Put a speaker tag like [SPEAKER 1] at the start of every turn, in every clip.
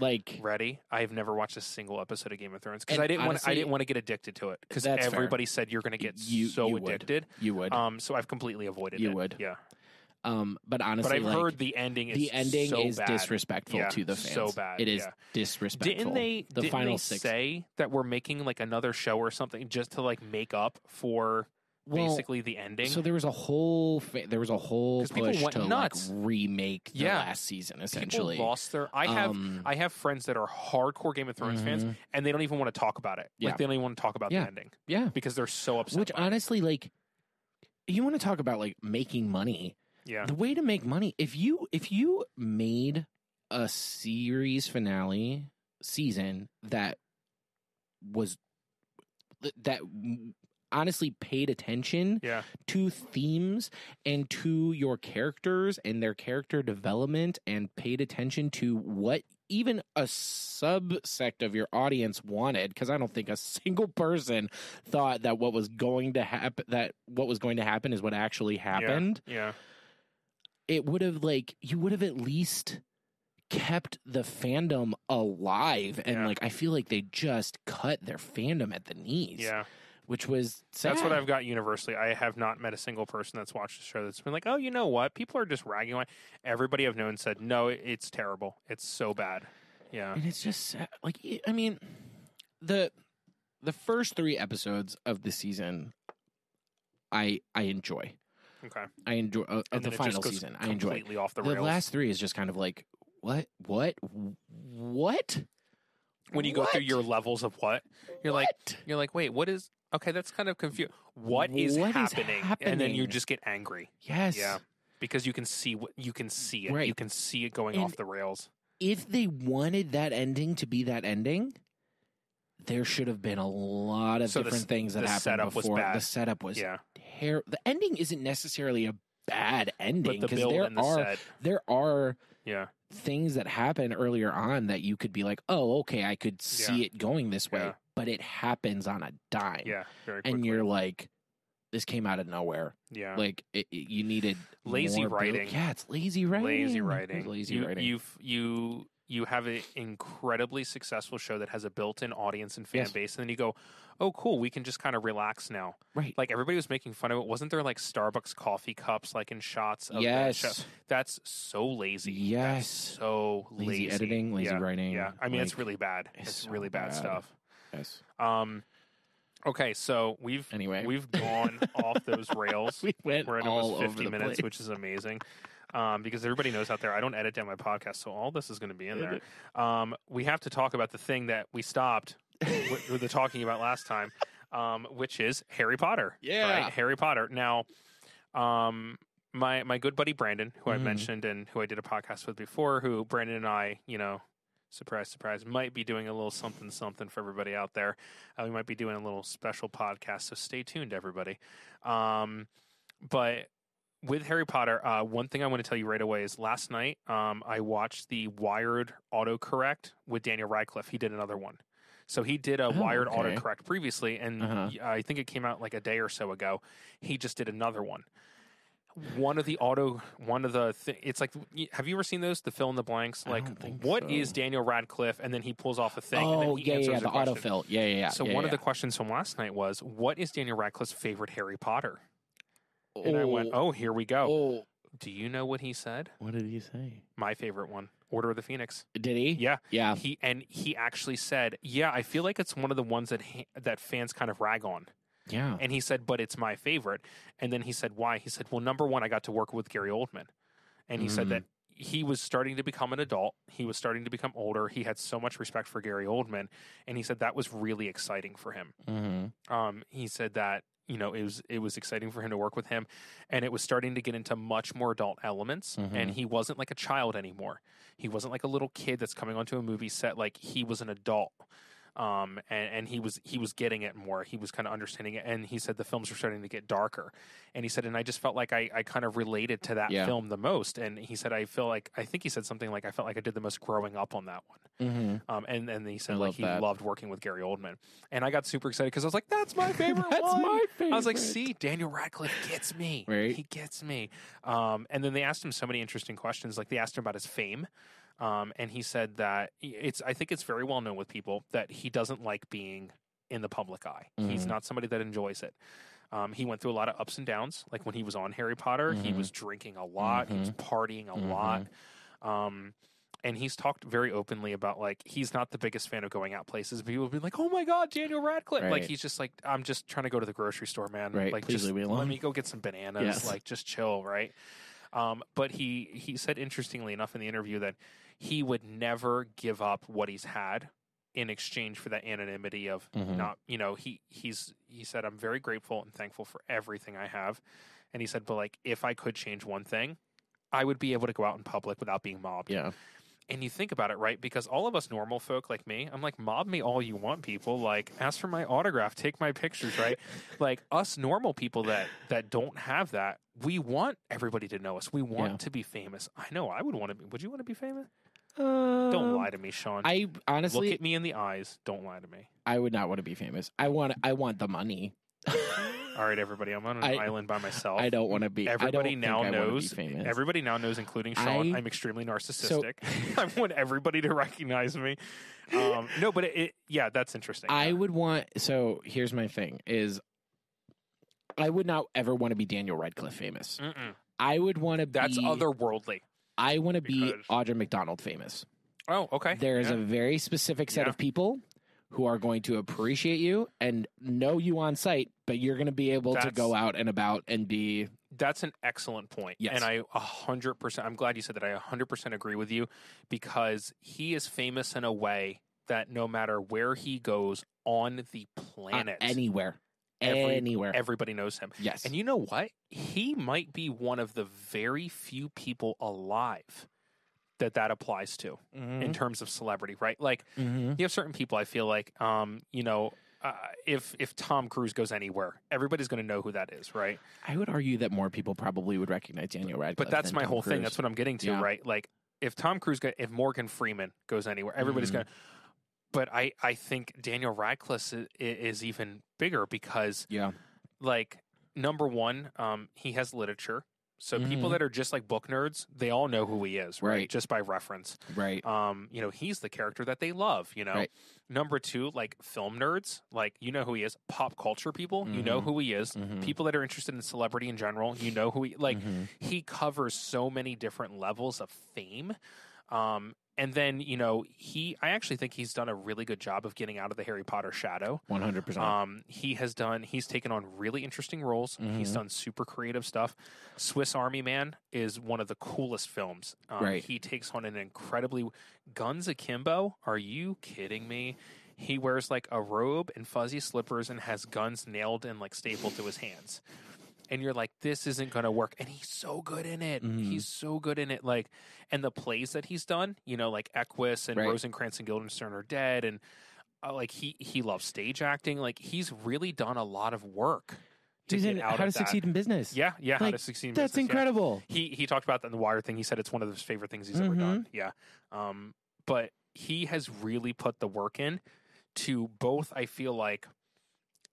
[SPEAKER 1] Like
[SPEAKER 2] ready. I've never watched a single episode of Game of Thrones because
[SPEAKER 1] And
[SPEAKER 2] I didn't want I
[SPEAKER 1] honestly,
[SPEAKER 2] didn't want to get addicted to it because
[SPEAKER 1] that's fair.
[SPEAKER 2] everybody said you're going to get
[SPEAKER 1] You-
[SPEAKER 2] so
[SPEAKER 1] you would.
[SPEAKER 2] addicted.
[SPEAKER 1] you would. Um,
[SPEAKER 2] Um, so I've completely avoided
[SPEAKER 1] You
[SPEAKER 2] it.
[SPEAKER 1] would.
[SPEAKER 2] yeah.
[SPEAKER 1] but honestly,
[SPEAKER 2] But I've
[SPEAKER 1] like,
[SPEAKER 2] heard the ending. Is
[SPEAKER 1] the ending
[SPEAKER 2] so
[SPEAKER 1] is
[SPEAKER 2] bad.
[SPEAKER 1] disrespectful
[SPEAKER 2] Yeah,
[SPEAKER 1] to the fans.
[SPEAKER 2] so bad,
[SPEAKER 1] It is
[SPEAKER 2] yeah.
[SPEAKER 1] disrespectful.
[SPEAKER 2] Didn't they?
[SPEAKER 1] The
[SPEAKER 2] didn't
[SPEAKER 1] final
[SPEAKER 2] they
[SPEAKER 1] six.
[SPEAKER 2] say that we're making like another show or something just to like make up for
[SPEAKER 1] Well,
[SPEAKER 2] basically the ending?
[SPEAKER 1] So there was a whole fa- there was a whole
[SPEAKER 2] 'Cause people
[SPEAKER 1] push
[SPEAKER 2] went
[SPEAKER 1] to
[SPEAKER 2] nuts.
[SPEAKER 1] like remake the
[SPEAKER 2] Yeah.
[SPEAKER 1] last season
[SPEAKER 2] People
[SPEAKER 1] essentially.
[SPEAKER 2] lost their. I have
[SPEAKER 1] Um, Mm-hmm.
[SPEAKER 2] I have friends that are hardcore Game of Thrones fans, and they don't even want to talk about it.
[SPEAKER 1] Yeah.
[SPEAKER 2] Like they don't even want to talk about
[SPEAKER 1] Yeah.
[SPEAKER 2] the ending
[SPEAKER 1] yeah,
[SPEAKER 2] because they're so upset.
[SPEAKER 1] which
[SPEAKER 2] by it.
[SPEAKER 1] honestly like you want to talk about like making money.
[SPEAKER 2] yeah,
[SPEAKER 1] The way to make money if you if you made a series finale season that was that honestly paid attention
[SPEAKER 2] yeah,
[SPEAKER 1] to themes and to your characters and their character development and paid attention to what even a subsect of your audience wanted because i don't think a single person thought that what was going to happen that what was going to happen is what actually happened
[SPEAKER 2] yeah,
[SPEAKER 1] it would have like you would have at least kept the fandom alive and
[SPEAKER 2] Yeah.
[SPEAKER 1] like i feel like they just cut their fandom at the knees
[SPEAKER 2] yeah.
[SPEAKER 1] which was sad.
[SPEAKER 2] That's what I've got universally. I have not met a single person that's watched the show that's been like, "Oh, you know what? People are just ragging on." it." Everybody I've known said, "No, it- it's terrible. It's so bad." Yeah,
[SPEAKER 1] and it's just sad. like y- I mean, the the first three episodes of the season, I I enjoy.
[SPEAKER 2] okay.
[SPEAKER 1] I enjoy uh, of
[SPEAKER 2] And
[SPEAKER 1] the
[SPEAKER 2] then it just
[SPEAKER 1] final
[SPEAKER 2] goes
[SPEAKER 1] season. I enjoy.
[SPEAKER 2] completely off the,
[SPEAKER 1] The,
[SPEAKER 2] rails.
[SPEAKER 1] last three is just kind of like what what what
[SPEAKER 2] when you go through
[SPEAKER 1] What?
[SPEAKER 2] your levels of what you're like,
[SPEAKER 1] What?
[SPEAKER 2] you're like, wait, what is? Okay, that's kind of confused. What is
[SPEAKER 1] What is
[SPEAKER 2] happening? And then you
[SPEAKER 1] happening?
[SPEAKER 2] just get angry.
[SPEAKER 1] yes
[SPEAKER 2] Yeah, because you can see what you can see it. You
[SPEAKER 1] Right.
[SPEAKER 2] can see it going
[SPEAKER 1] And-
[SPEAKER 2] off the rails.
[SPEAKER 1] if they wanted that ending to be that ending. There should have been a lot of
[SPEAKER 2] So the
[SPEAKER 1] different
[SPEAKER 2] s-
[SPEAKER 1] things that
[SPEAKER 2] the
[SPEAKER 1] happened
[SPEAKER 2] setup was
[SPEAKER 1] before. The
[SPEAKER 2] bad.
[SPEAKER 1] setup was
[SPEAKER 2] Yeah,
[SPEAKER 1] ter- the ending isn't necessarily a bad ending
[SPEAKER 2] but the
[SPEAKER 1] because
[SPEAKER 2] build
[SPEAKER 1] there
[SPEAKER 2] and the
[SPEAKER 1] are
[SPEAKER 2] set.
[SPEAKER 1] there are
[SPEAKER 2] Yeah,
[SPEAKER 1] things that happen earlier on that you could be like, oh, okay, I could see it going this way,
[SPEAKER 2] Yeah.
[SPEAKER 1] but it happens on a dime.
[SPEAKER 2] yeah, very quickly.
[SPEAKER 1] And you're like, this came out of nowhere.
[SPEAKER 2] yeah.
[SPEAKER 1] Like, it, it- you needed
[SPEAKER 2] Lazy
[SPEAKER 1] more build-
[SPEAKER 2] writing.
[SPEAKER 1] Yeah, it's lazy writing.
[SPEAKER 2] lazy
[SPEAKER 1] It's
[SPEAKER 2] writing.
[SPEAKER 1] Lazy
[SPEAKER 2] you,
[SPEAKER 1] writing.
[SPEAKER 2] You've, you you have an incredibly successful show that has a built-in audience and fan
[SPEAKER 1] Yes.
[SPEAKER 2] base, and then you go, "Oh, cool! We can just kind of relax now."
[SPEAKER 1] right.
[SPEAKER 2] Like everybody was making fun of it. Wasn't there like Starbucks coffee cups, like in shots? Of the show?
[SPEAKER 1] yes.
[SPEAKER 2] that's so lazy.
[SPEAKER 1] Yes.
[SPEAKER 2] so
[SPEAKER 1] lazy,
[SPEAKER 2] lazy.
[SPEAKER 1] editing, lazy
[SPEAKER 2] yeah.
[SPEAKER 1] writing.
[SPEAKER 2] Yeah, I mean it's
[SPEAKER 1] like-
[SPEAKER 2] really bad.
[SPEAKER 1] it's
[SPEAKER 2] It's,
[SPEAKER 1] so
[SPEAKER 2] really bad,
[SPEAKER 1] bad.
[SPEAKER 2] stuff.
[SPEAKER 1] Yes.
[SPEAKER 2] Um, okay, so we've
[SPEAKER 1] Anyway.
[SPEAKER 2] we've gone off those rails.
[SPEAKER 1] We went
[SPEAKER 2] We're at
[SPEAKER 1] all
[SPEAKER 2] almost 50
[SPEAKER 1] over the
[SPEAKER 2] minutes,
[SPEAKER 1] place.
[SPEAKER 2] which is amazing. Um, because everybody knows out there, I don't edit down my podcast, so all this is going to be in there. Um, we have to talk about the thing that we stopped with, with the talking about last time, um, which is Harry Potter.
[SPEAKER 1] Yeah.
[SPEAKER 2] Harry Potter. Now, um, my my good buddy Brandon, who I
[SPEAKER 1] Mhm.
[SPEAKER 2] mentioned and who I did a podcast with before, who Brandon and I, you know, surprise, surprise, might be doing a little something, something for everybody out there. Uh, we might be doing a little special podcast, so stay tuned, everybody. Um, but with Harry Potter, uh, one thing I want to tell you right away is last night um, I watched the Wired autocorrect with Daniel Radcliffe. He did another one. So he did a
[SPEAKER 1] Oh,
[SPEAKER 2] Wired
[SPEAKER 1] okay.
[SPEAKER 2] autocorrect previously, and
[SPEAKER 1] Uh-huh.
[SPEAKER 2] y- uh, I think it came out like a day or so ago. He just did another one. One of the auto, one of the, th- it's like, y- have you ever seen those? The fill in the blanks,
[SPEAKER 1] I
[SPEAKER 2] like
[SPEAKER 1] don't think
[SPEAKER 2] what is
[SPEAKER 1] so.
[SPEAKER 2] Daniel Radcliffe, and then he pulls off a thing. and then
[SPEAKER 1] Oh,
[SPEAKER 2] he
[SPEAKER 1] yeah, yeah,
[SPEAKER 2] answers
[SPEAKER 1] yeah,
[SPEAKER 2] a
[SPEAKER 1] the
[SPEAKER 2] question.
[SPEAKER 1] autofill. Yeah, yeah, yeah.
[SPEAKER 2] So
[SPEAKER 1] yeah,
[SPEAKER 2] one of
[SPEAKER 1] yeah.
[SPEAKER 2] the questions from last night was, "What is Daniel Radcliffe's favorite Harry Potter?" And I went, "Oh, here we go."
[SPEAKER 1] oh,
[SPEAKER 2] Do you know what he said?
[SPEAKER 1] what did he say?
[SPEAKER 2] My favorite one, Order of the Phoenix.
[SPEAKER 1] Did he?
[SPEAKER 2] Yeah,
[SPEAKER 1] Yeah.
[SPEAKER 2] he and he actually said, "Yeah, I feel like it's one of the ones that ha- that fans kind of rag on."
[SPEAKER 1] Yeah.
[SPEAKER 2] And he said, "But it's my favorite." And then he said, "Why?" He said, "Well, number one, I got to work with Gary Oldman," and he said
[SPEAKER 1] Mm.
[SPEAKER 2] that he was starting to become an adult. He was starting to become older. He had so much respect for Gary Oldman, and he said that was really exciting for him.
[SPEAKER 1] Mm-hmm.
[SPEAKER 2] Um, he said that you know it was it was exciting for him to work with him, and it was starting to get into much more adult elements. And
[SPEAKER 1] Mhm.
[SPEAKER 2] he wasn't like a child anymore. He wasn't like a little kid that's coming onto a movie set. Like he was an adult. Um, and, and he was he was getting it more. He was kind of understanding it. And he said the films were starting to get darker. And he said, and I just felt like I, I kind of related to that
[SPEAKER 1] Yeah.
[SPEAKER 2] film the most. And he said, I feel like I think he said something like I felt like I did the most growing up on that one.
[SPEAKER 1] Mm-hmm.
[SPEAKER 2] Um, and and he
[SPEAKER 1] I
[SPEAKER 2] said like
[SPEAKER 1] love
[SPEAKER 2] he
[SPEAKER 1] that.
[SPEAKER 2] loved working with Gary Oldman, and I got super excited because I was like, "That's my favorite
[SPEAKER 1] That's
[SPEAKER 2] one."
[SPEAKER 1] my favorite.
[SPEAKER 2] I was like, "See, Daniel Radcliffe gets me.
[SPEAKER 1] Right.
[SPEAKER 2] He gets me." Um, and then they asked him so many interesting questions. Like they asked him about his fame. Um, and he said that it's I think it's very well known with people that he doesn't like being in the public eye. He's
[SPEAKER 1] Mhm.
[SPEAKER 2] not somebody that enjoys it. Um, he went through a lot of ups and downs. Like when he was on Harry Potter, he
[SPEAKER 1] Mhm.
[SPEAKER 2] was drinking a lot, he was partying a
[SPEAKER 1] Mhm.
[SPEAKER 2] lot. Um, and he's talked very openly about like he's not the biggest fan of going out places. People have been like, "Oh my god, Daniel Radcliffe!" Like
[SPEAKER 1] Right.
[SPEAKER 2] he's just like, "I'm just trying to go to the grocery store, man.
[SPEAKER 1] Right,
[SPEAKER 2] Like
[SPEAKER 1] please
[SPEAKER 2] just
[SPEAKER 1] leave me
[SPEAKER 2] let
[SPEAKER 1] alone."
[SPEAKER 2] me go get some bananas.
[SPEAKER 1] Yes.
[SPEAKER 2] Like just chill, right?" Um, but he he said interestingly enough in the interview that he would never give up what he's had in exchange for that anonymity of
[SPEAKER 1] Mhm.
[SPEAKER 2] not you know he he's he said I'm very grateful and thankful for everything I have, and he said but like if I could change one thing, I would be able to go out in public without being mobbed.
[SPEAKER 1] Yeah.
[SPEAKER 2] And you think about it, right? Because all of us normal folk like me, I'm like, mob me all you want, people. Like, ask for my autograph, take my pictures, right? like us normal people that that don't have that, we want everybody to know us. We want
[SPEAKER 1] Yeah.
[SPEAKER 2] to be famous. I know I would want to be. Would you want to be famous?
[SPEAKER 1] Um,
[SPEAKER 2] Don't lie to me, Sean.
[SPEAKER 1] I
[SPEAKER 2] Look
[SPEAKER 1] honestly,
[SPEAKER 2] at me in the eyes. Don't lie to me.
[SPEAKER 1] I would not want to be famous. I want, I want the money.
[SPEAKER 2] All right, everybody. I'm on an
[SPEAKER 1] I-
[SPEAKER 2] island by myself.
[SPEAKER 1] I don't want to be. I don't
[SPEAKER 2] Everybody
[SPEAKER 1] think
[SPEAKER 2] now
[SPEAKER 1] I wanna be
[SPEAKER 2] knows-
[SPEAKER 1] famous.
[SPEAKER 2] Everybody now knows, including Sean,
[SPEAKER 1] I-
[SPEAKER 2] I'm extremely
[SPEAKER 1] so
[SPEAKER 2] narcissistic. I want everybody to recognize me. Um, no, but it, it, yeah, that's interesting.
[SPEAKER 1] I would want. So here's my thing: is I would not ever want to be Daniel Radcliffe famous.
[SPEAKER 2] Mm-mm.
[SPEAKER 1] I would want to be.
[SPEAKER 2] That's otherworldly.
[SPEAKER 1] I want to be
[SPEAKER 2] because-
[SPEAKER 1] Audra McDonald famous.
[SPEAKER 2] Oh, okay.
[SPEAKER 1] There is
[SPEAKER 2] Yeah.
[SPEAKER 1] a very specific set
[SPEAKER 2] Yeah.
[SPEAKER 1] of people who are going to appreciate you and know you on site, but you're going to be able to
[SPEAKER 2] That's-
[SPEAKER 1] go out and about and be
[SPEAKER 2] That's an excellent point.
[SPEAKER 1] Yes.
[SPEAKER 2] And I 100%, I'm glad you said that. I 100% agree with you because he is famous in a way that no matter where he goes on the
[SPEAKER 1] uh,
[SPEAKER 2] planet,
[SPEAKER 1] anywhere,
[SPEAKER 2] Every-
[SPEAKER 1] anywhere.
[SPEAKER 2] everybody knows him.
[SPEAKER 1] yes,
[SPEAKER 2] And you know what? He might be one of the very few people alive that that applies to
[SPEAKER 1] Mm-hmm.
[SPEAKER 2] in terms of celebrity, right? Like,
[SPEAKER 1] Mhm.
[SPEAKER 2] you have certain people I feel like, um, you know, uh, if if Tom Cruise goes anywhere, everybody's going to know who that is, right?
[SPEAKER 1] I would argue that more people probably would recognize Daniel Radcliffe.
[SPEAKER 2] But that's
[SPEAKER 1] than
[SPEAKER 2] my
[SPEAKER 1] Tom
[SPEAKER 2] whole thing.
[SPEAKER 1] Cruise.
[SPEAKER 2] That's what I'm getting to,
[SPEAKER 1] Yeah.
[SPEAKER 2] right? Like if Tom Cruise, go, if Morgan Freeman goes anywhere, everybody's
[SPEAKER 1] Mhm.
[SPEAKER 2] going. to But I, I think Daniel Radcliffe is, is even bigger because,
[SPEAKER 1] yeah,
[SPEAKER 2] like, number one, um, he has literature. So people
[SPEAKER 1] Mhm.
[SPEAKER 2] that are just like book nerds, they all know who he is, right?
[SPEAKER 1] Right.
[SPEAKER 2] Just by reference.
[SPEAKER 1] right.
[SPEAKER 2] Um, you know, he's the character that they love. You know,
[SPEAKER 1] Right.
[SPEAKER 2] number two, like film nerds, like you know who he is. Pop culture people, you know
[SPEAKER 1] Mhm.
[SPEAKER 2] who he is.
[SPEAKER 1] Mhm.
[SPEAKER 2] People that are interested in celebrity in general, you know who he like
[SPEAKER 1] Mhm.
[SPEAKER 2] he covers so many different levels of fame. Um, and then, you know, he, I actually think he's done a really good job of getting out of the Harry Potter shadow.
[SPEAKER 1] 100%.
[SPEAKER 2] Um, he has done, he's taken on really interesting roles. He's
[SPEAKER 1] Mhm.
[SPEAKER 2] done super creative stuff. Swiss Army Man is one of the coolest films. Um,
[SPEAKER 1] Right.
[SPEAKER 2] He takes on an incredibly, Guns Akimbo? Are you kidding me? He wears like a robe and fuzzy slippers and has guns nailed and like stapled to his hands. And you're like, this isn't going to work. And he's so good in it.
[SPEAKER 1] Mhm.
[SPEAKER 2] He's so good in it. Like, and the plays that he's done, you know, like Equus and
[SPEAKER 1] Right.
[SPEAKER 2] Rosencrantz and Guildenstern are dead. And uh, like, he, he loves stage acting. Like, he's really done a lot of work to
[SPEAKER 1] He's
[SPEAKER 2] get
[SPEAKER 1] in
[SPEAKER 2] out
[SPEAKER 1] How
[SPEAKER 2] of
[SPEAKER 1] to
[SPEAKER 2] that.
[SPEAKER 1] Succeed in Business.
[SPEAKER 2] Yeah. Yeah. how
[SPEAKER 1] Like,
[SPEAKER 2] to succeed. in
[SPEAKER 1] That's
[SPEAKER 2] Business, yeah
[SPEAKER 1] incredible.
[SPEAKER 2] he he talked about that in the wire thing he said it's one of his favorite things he's ever
[SPEAKER 1] Mhm.
[SPEAKER 2] done yeah um but he has really put the work in to both i feel like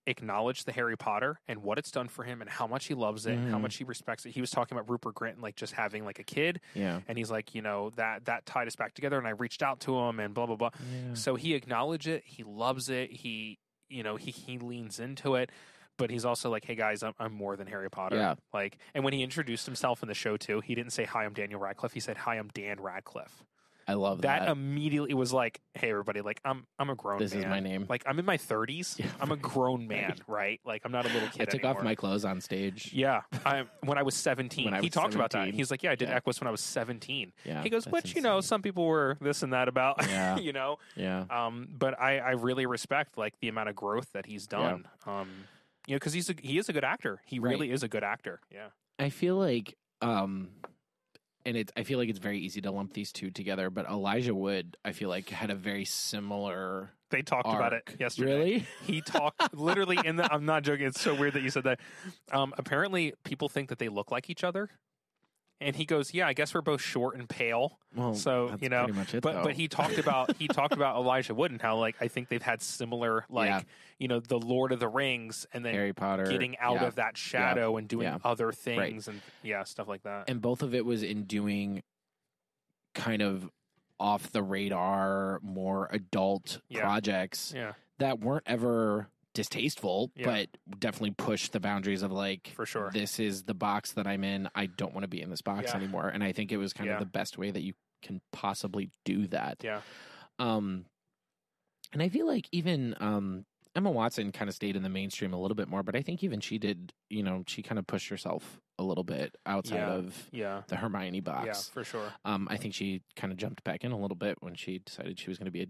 [SPEAKER 2] acknowledge the harry potter and what it's done for him and how much he loves it and how
[SPEAKER 1] Mhm.
[SPEAKER 2] much he respects it he was talking about rupert grant and like just having like a kid
[SPEAKER 1] Yeah.
[SPEAKER 2] and he's like you know that that tied us back together and i reached out to him and blah blah blah so he acknowledged it. He loves it. He, you know, he, he leans into it. But he's also like, hey guys, I'm, I'm more than Harry Potter.
[SPEAKER 1] Yeah.
[SPEAKER 2] Like, and when he introduced himself in the show too, he didn't say, hi, I'm Daniel Radcliffe. He said, hi, I'm Dan Radcliffe.
[SPEAKER 1] I love
[SPEAKER 2] That,
[SPEAKER 1] that.
[SPEAKER 2] immediately was like, hey everybody, like I'm I'm a grown
[SPEAKER 1] this
[SPEAKER 2] man.
[SPEAKER 1] is my name.
[SPEAKER 2] Like I'm in my 30s.
[SPEAKER 1] Yeah,
[SPEAKER 2] I'm a grown man,
[SPEAKER 1] right.
[SPEAKER 2] right? Like I'm not a little kid.
[SPEAKER 1] I took
[SPEAKER 2] anymore.
[SPEAKER 1] off my clothes on stage.
[SPEAKER 2] Yeah, I, when I was 17,
[SPEAKER 1] When I
[SPEAKER 2] he
[SPEAKER 1] was
[SPEAKER 2] talked about that.
[SPEAKER 1] 17.
[SPEAKER 2] He's like, yeah, I did
[SPEAKER 1] Yeah.
[SPEAKER 2] Equus when I was 17.
[SPEAKER 1] Yeah,
[SPEAKER 2] he goes,
[SPEAKER 1] that's
[SPEAKER 2] but you know,
[SPEAKER 1] insane.
[SPEAKER 2] some people were this and that about,
[SPEAKER 1] Yeah.
[SPEAKER 2] you know.
[SPEAKER 1] yeah,
[SPEAKER 2] Um, but I, I really respect like the amount of growth that he's
[SPEAKER 1] Yeah.
[SPEAKER 2] done. Um, you know, because he's a, he is a good actor. He
[SPEAKER 1] Right.
[SPEAKER 2] really is a good actor. Yeah.
[SPEAKER 1] I feel like, um, and it. I feel like it's very easy to lump these two together. But Elijah Wood, I feel like, had a very similar.
[SPEAKER 2] They talked about it
[SPEAKER 1] Arc.
[SPEAKER 2] yesterday.
[SPEAKER 1] Really?
[SPEAKER 2] He talked literally in the. I'm not joking. It's so weird that you said that. Um, apparently, people think that they look like each other, and he goes, "Yeah, I guess we're both short and pale."
[SPEAKER 1] Well,
[SPEAKER 2] So,
[SPEAKER 1] that's
[SPEAKER 2] you know,
[SPEAKER 1] pretty much it,
[SPEAKER 2] But
[SPEAKER 1] though.
[SPEAKER 2] but he talked about he talked about Elijah Wood and how like I think they've had similar like
[SPEAKER 1] Yeah.
[SPEAKER 2] you know the Lord of the Rings and then
[SPEAKER 1] Harry Potter
[SPEAKER 2] getting out
[SPEAKER 1] yeah.
[SPEAKER 2] of that shadow and doing
[SPEAKER 1] Yeah.
[SPEAKER 2] other things and yeah stuff like that.
[SPEAKER 1] and both of it was in doing kind of off the radar, more adult
[SPEAKER 2] Yeah.
[SPEAKER 1] projects
[SPEAKER 2] Yeah,
[SPEAKER 1] that weren't ever distasteful,
[SPEAKER 2] Yeah.
[SPEAKER 1] but definitely pushed the boundaries of like
[SPEAKER 2] for sure.
[SPEAKER 1] this is the box that I'm in. I don't want to be in this box
[SPEAKER 2] Yeah.
[SPEAKER 1] anymore. And I think it was kind
[SPEAKER 2] Yeah.
[SPEAKER 1] of the best way that you can possibly do that.
[SPEAKER 2] Yeah.
[SPEAKER 1] Um and I feel like even um Emma Watson kind of stayed in the mainstream a little bit more, but I think even she did, you know, she kind of pushed herself a little bit outside
[SPEAKER 2] Yeah.
[SPEAKER 1] of
[SPEAKER 2] Yeah.
[SPEAKER 1] the Hermione
[SPEAKER 2] Yeah,
[SPEAKER 1] box.
[SPEAKER 2] for sure.
[SPEAKER 1] Um I think she kind of jumped back in a little bit when she decided she was going to be a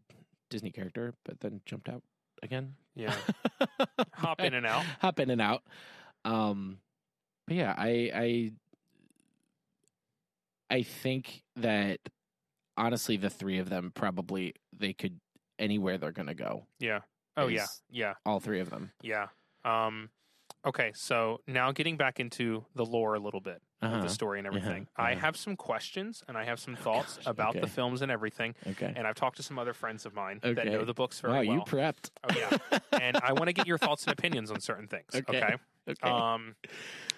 [SPEAKER 1] Disney character, but then jumped out again.
[SPEAKER 2] Yeah. Hop in and out.
[SPEAKER 1] Hop in and out. Um, but yeah, I I I think that honestly, the three of them probably they could anywhere they're gonna go.
[SPEAKER 2] Yeah. Oh yeah.
[SPEAKER 1] Is-
[SPEAKER 2] Yeah.
[SPEAKER 1] All three of them.
[SPEAKER 2] Yeah. Um okay, so now getting back into the lore a little bit of
[SPEAKER 1] Uh-huh.
[SPEAKER 2] the story and
[SPEAKER 1] Uh-huh.
[SPEAKER 2] everything.
[SPEAKER 1] Uh-huh.
[SPEAKER 2] I
[SPEAKER 1] Oh,
[SPEAKER 2] have some questions and I have some thoughts
[SPEAKER 1] gosh.
[SPEAKER 2] about the
[SPEAKER 1] Okay.
[SPEAKER 2] films and everything.
[SPEAKER 1] Okay.
[SPEAKER 2] And I've talked to some other friends of mine that
[SPEAKER 1] Okay.
[SPEAKER 2] know the books
[SPEAKER 1] wow,
[SPEAKER 2] very
[SPEAKER 1] you
[SPEAKER 2] well.
[SPEAKER 1] prepped.
[SPEAKER 2] oh yeah. And I want to get your thoughts and opinions on certain things.
[SPEAKER 1] Okay.
[SPEAKER 2] okay?
[SPEAKER 1] okay.
[SPEAKER 2] Um,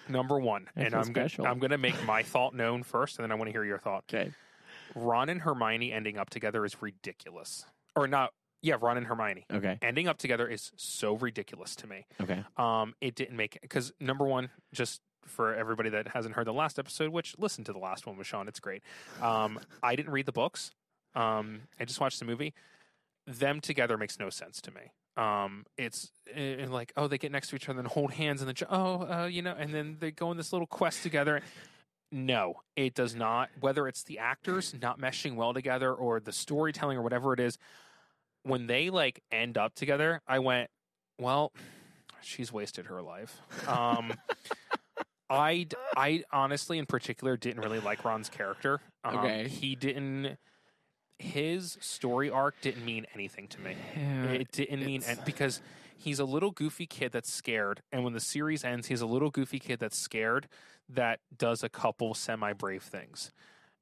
[SPEAKER 2] number one,
[SPEAKER 1] I
[SPEAKER 2] and
[SPEAKER 1] feel
[SPEAKER 2] I'm going
[SPEAKER 1] special.
[SPEAKER 2] I'm going to make my thought known first, and then I want to hear your thought.
[SPEAKER 1] okay.
[SPEAKER 2] Ron and Hermione ending up together is ridiculous, or not? Yeah, Ron and Hermione
[SPEAKER 1] Okay.
[SPEAKER 2] ending up together is so ridiculous to me.
[SPEAKER 1] Okay.
[SPEAKER 2] Um, it didn't make because number one, just for everybody that hasn't heard the last episode, which listen to the last one with Sean, it's great. Um, I didn't read the books. Um, I just watched the movie. Them together makes no sense to me. Um, it's eh, like oh, they get next to each other and hold hands, and then oh, uh, you know, and then they go on this little quest together. No, it does not. Whether it's the actors not meshing well together or the storytelling or whatever it is, when they like end up together, I went, well, she's wasted her life. Um, I d- I honestly, in particular, didn't really like Ron's character. Um,
[SPEAKER 1] Okay.
[SPEAKER 2] he didn't. His story arc didn't mean anything to me. It didn't mean
[SPEAKER 1] Uh, it's-
[SPEAKER 2] an- because he's a little goofy kid that's scared, and when the series ends, he's a little goofy kid that's scared that does a couple semi brave things.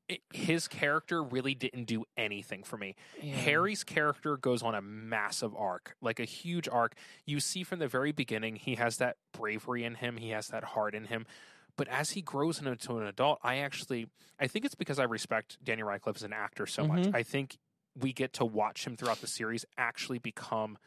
[SPEAKER 2] It- his character really didn't do anything for me.
[SPEAKER 1] Yeah.
[SPEAKER 2] Harry's character goes on a massive arc, like a huge arc. You see from the very beginning, he has that bravery in him, he has that heart in him. But as he grows into an adult, I actually, I think it's because I respect Daniel Radcliffe as an actor so much.
[SPEAKER 1] Mhm.
[SPEAKER 2] I think we get to watch him throughout the series actually become,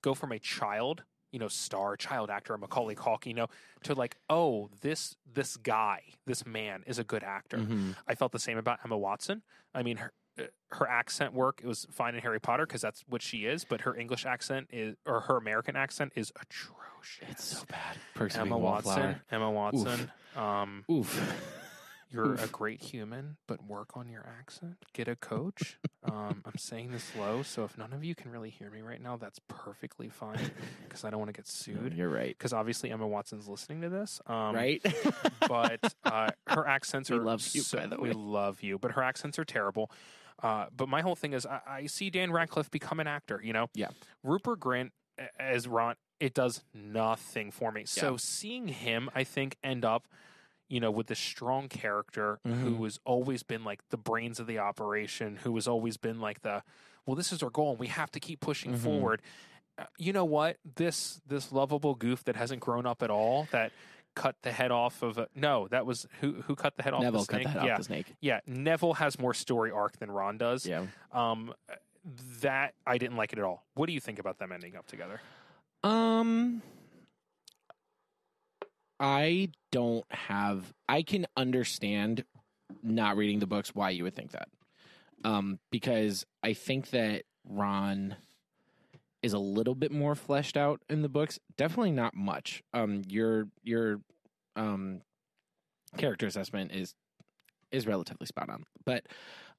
[SPEAKER 2] go from a child, you know, star child actor, Macaulay Culkin, you know, to like, oh, this this guy, this man is a good actor.
[SPEAKER 1] Mhm.
[SPEAKER 2] I felt the same about Emma Watson. I mean, her, uh, her accent work it was fine in Harry Potter because that's what she is, but her English accent is or her American accent is atrocious.
[SPEAKER 1] It's so bad. Perks of
[SPEAKER 2] Emma
[SPEAKER 1] being a
[SPEAKER 2] Watson,
[SPEAKER 1] wallflower.
[SPEAKER 2] Emma Watson, um,
[SPEAKER 1] Oof.
[SPEAKER 2] you're a
[SPEAKER 1] Oof.
[SPEAKER 2] great human, but work on your accent. Get a coach. um, I'm saying this low, so if none of you can really hear me right now, that's perfectly fine because I don't want to get sued.
[SPEAKER 1] You're right.
[SPEAKER 2] Because obviously Emma Watson's listening to this, um,
[SPEAKER 1] right.
[SPEAKER 2] but uh, her accents
[SPEAKER 1] We
[SPEAKER 2] are
[SPEAKER 1] love you,
[SPEAKER 2] so-
[SPEAKER 1] by the
[SPEAKER 2] we
[SPEAKER 1] way.
[SPEAKER 2] love you but her accents are terrible uh, but my whole thing is I, I see dan radcliffe become an actor you know
[SPEAKER 1] Yeah.
[SPEAKER 2] rupert grant a- as ron it does nothing for me so seeing him i think end up you know with this strong character
[SPEAKER 1] Mm-hmm.
[SPEAKER 2] who has always been like the brains of the operation who has always been like the well this is our goal and we have to keep pushing
[SPEAKER 1] Mhm.
[SPEAKER 2] forward Uh, you know what this this lovable goof that hasn't grown up at all that cut the head off of a, no that was who who cut the head off
[SPEAKER 1] Neville
[SPEAKER 2] the
[SPEAKER 1] cut
[SPEAKER 2] snake
[SPEAKER 1] that off
[SPEAKER 2] yeah
[SPEAKER 1] the snake.
[SPEAKER 2] yeah neville has more story arc than ron does
[SPEAKER 1] Yeah.
[SPEAKER 2] um that i didn't like it at all what do you think about them ending up together
[SPEAKER 1] Um I don't have I can understand not reading the books why you would think that. Um because I think that Ron is a little bit more fleshed out in the books. Definitely not much. Um your your um character assessment is is relatively spot on. But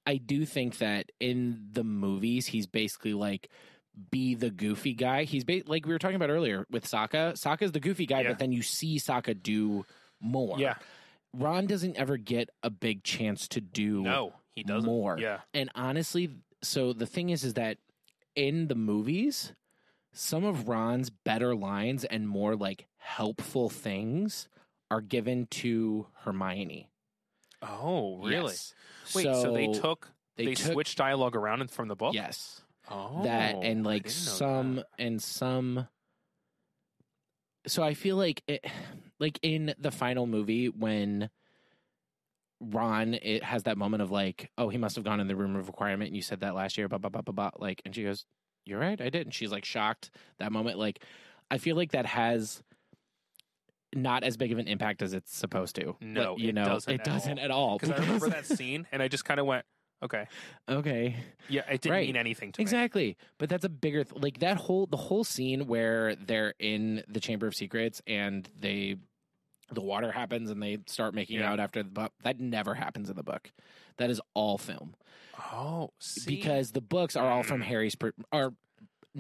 [SPEAKER 1] I do think that in the movies he's basically like be the goofy guy. He's ba- like we were talking about earlier with Sokka. Sokka's the goofy guy,
[SPEAKER 2] Yeah.
[SPEAKER 1] but then you see Sokka do more.
[SPEAKER 2] yeah
[SPEAKER 1] Ron doesn't ever get a big chance to do
[SPEAKER 2] no he doesn't
[SPEAKER 1] more.
[SPEAKER 2] yeah
[SPEAKER 1] And honestly, so the thing is, is that in the movies, some of Ron's better lines and more like helpful things are given to Hermione.
[SPEAKER 2] oh really
[SPEAKER 1] Yes.
[SPEAKER 2] wait so, they took they,
[SPEAKER 1] took-
[SPEAKER 2] switched dialogue around and from the book
[SPEAKER 1] Yes.
[SPEAKER 2] oh
[SPEAKER 1] that and
[SPEAKER 2] I
[SPEAKER 1] like
[SPEAKER 2] didn't know
[SPEAKER 1] some
[SPEAKER 2] that.
[SPEAKER 1] and some so i feel like it like in the final movie when Ron it has that moment of like, oh, he must have gone in the room of requirement, and you said that last year, blah blah blah blah blah. Like, and she goes, "You're right, I did." And she's like shocked that moment. Like, I feel like that has not as big of an impact as it's supposed to.
[SPEAKER 2] No,
[SPEAKER 1] Like, you
[SPEAKER 2] it
[SPEAKER 1] know,
[SPEAKER 2] doesn't
[SPEAKER 1] it
[SPEAKER 2] at
[SPEAKER 1] doesn't at all.
[SPEAKER 2] because I remember that scene and I just kind of went, okay,
[SPEAKER 1] okay,
[SPEAKER 2] yeah, it didn't
[SPEAKER 1] Right.
[SPEAKER 2] mean anything to
[SPEAKER 1] exactly. But that's a bigger th- like that whole the whole scene where they're in the Chamber of Secrets and they the water happens and they start making
[SPEAKER 2] Yeah.
[SPEAKER 1] out after the book. That never happens in the book. That is all film.
[SPEAKER 2] me. Oh, see?
[SPEAKER 1] because the books are all from
[SPEAKER 2] Mm.
[SPEAKER 1] Harry's per- are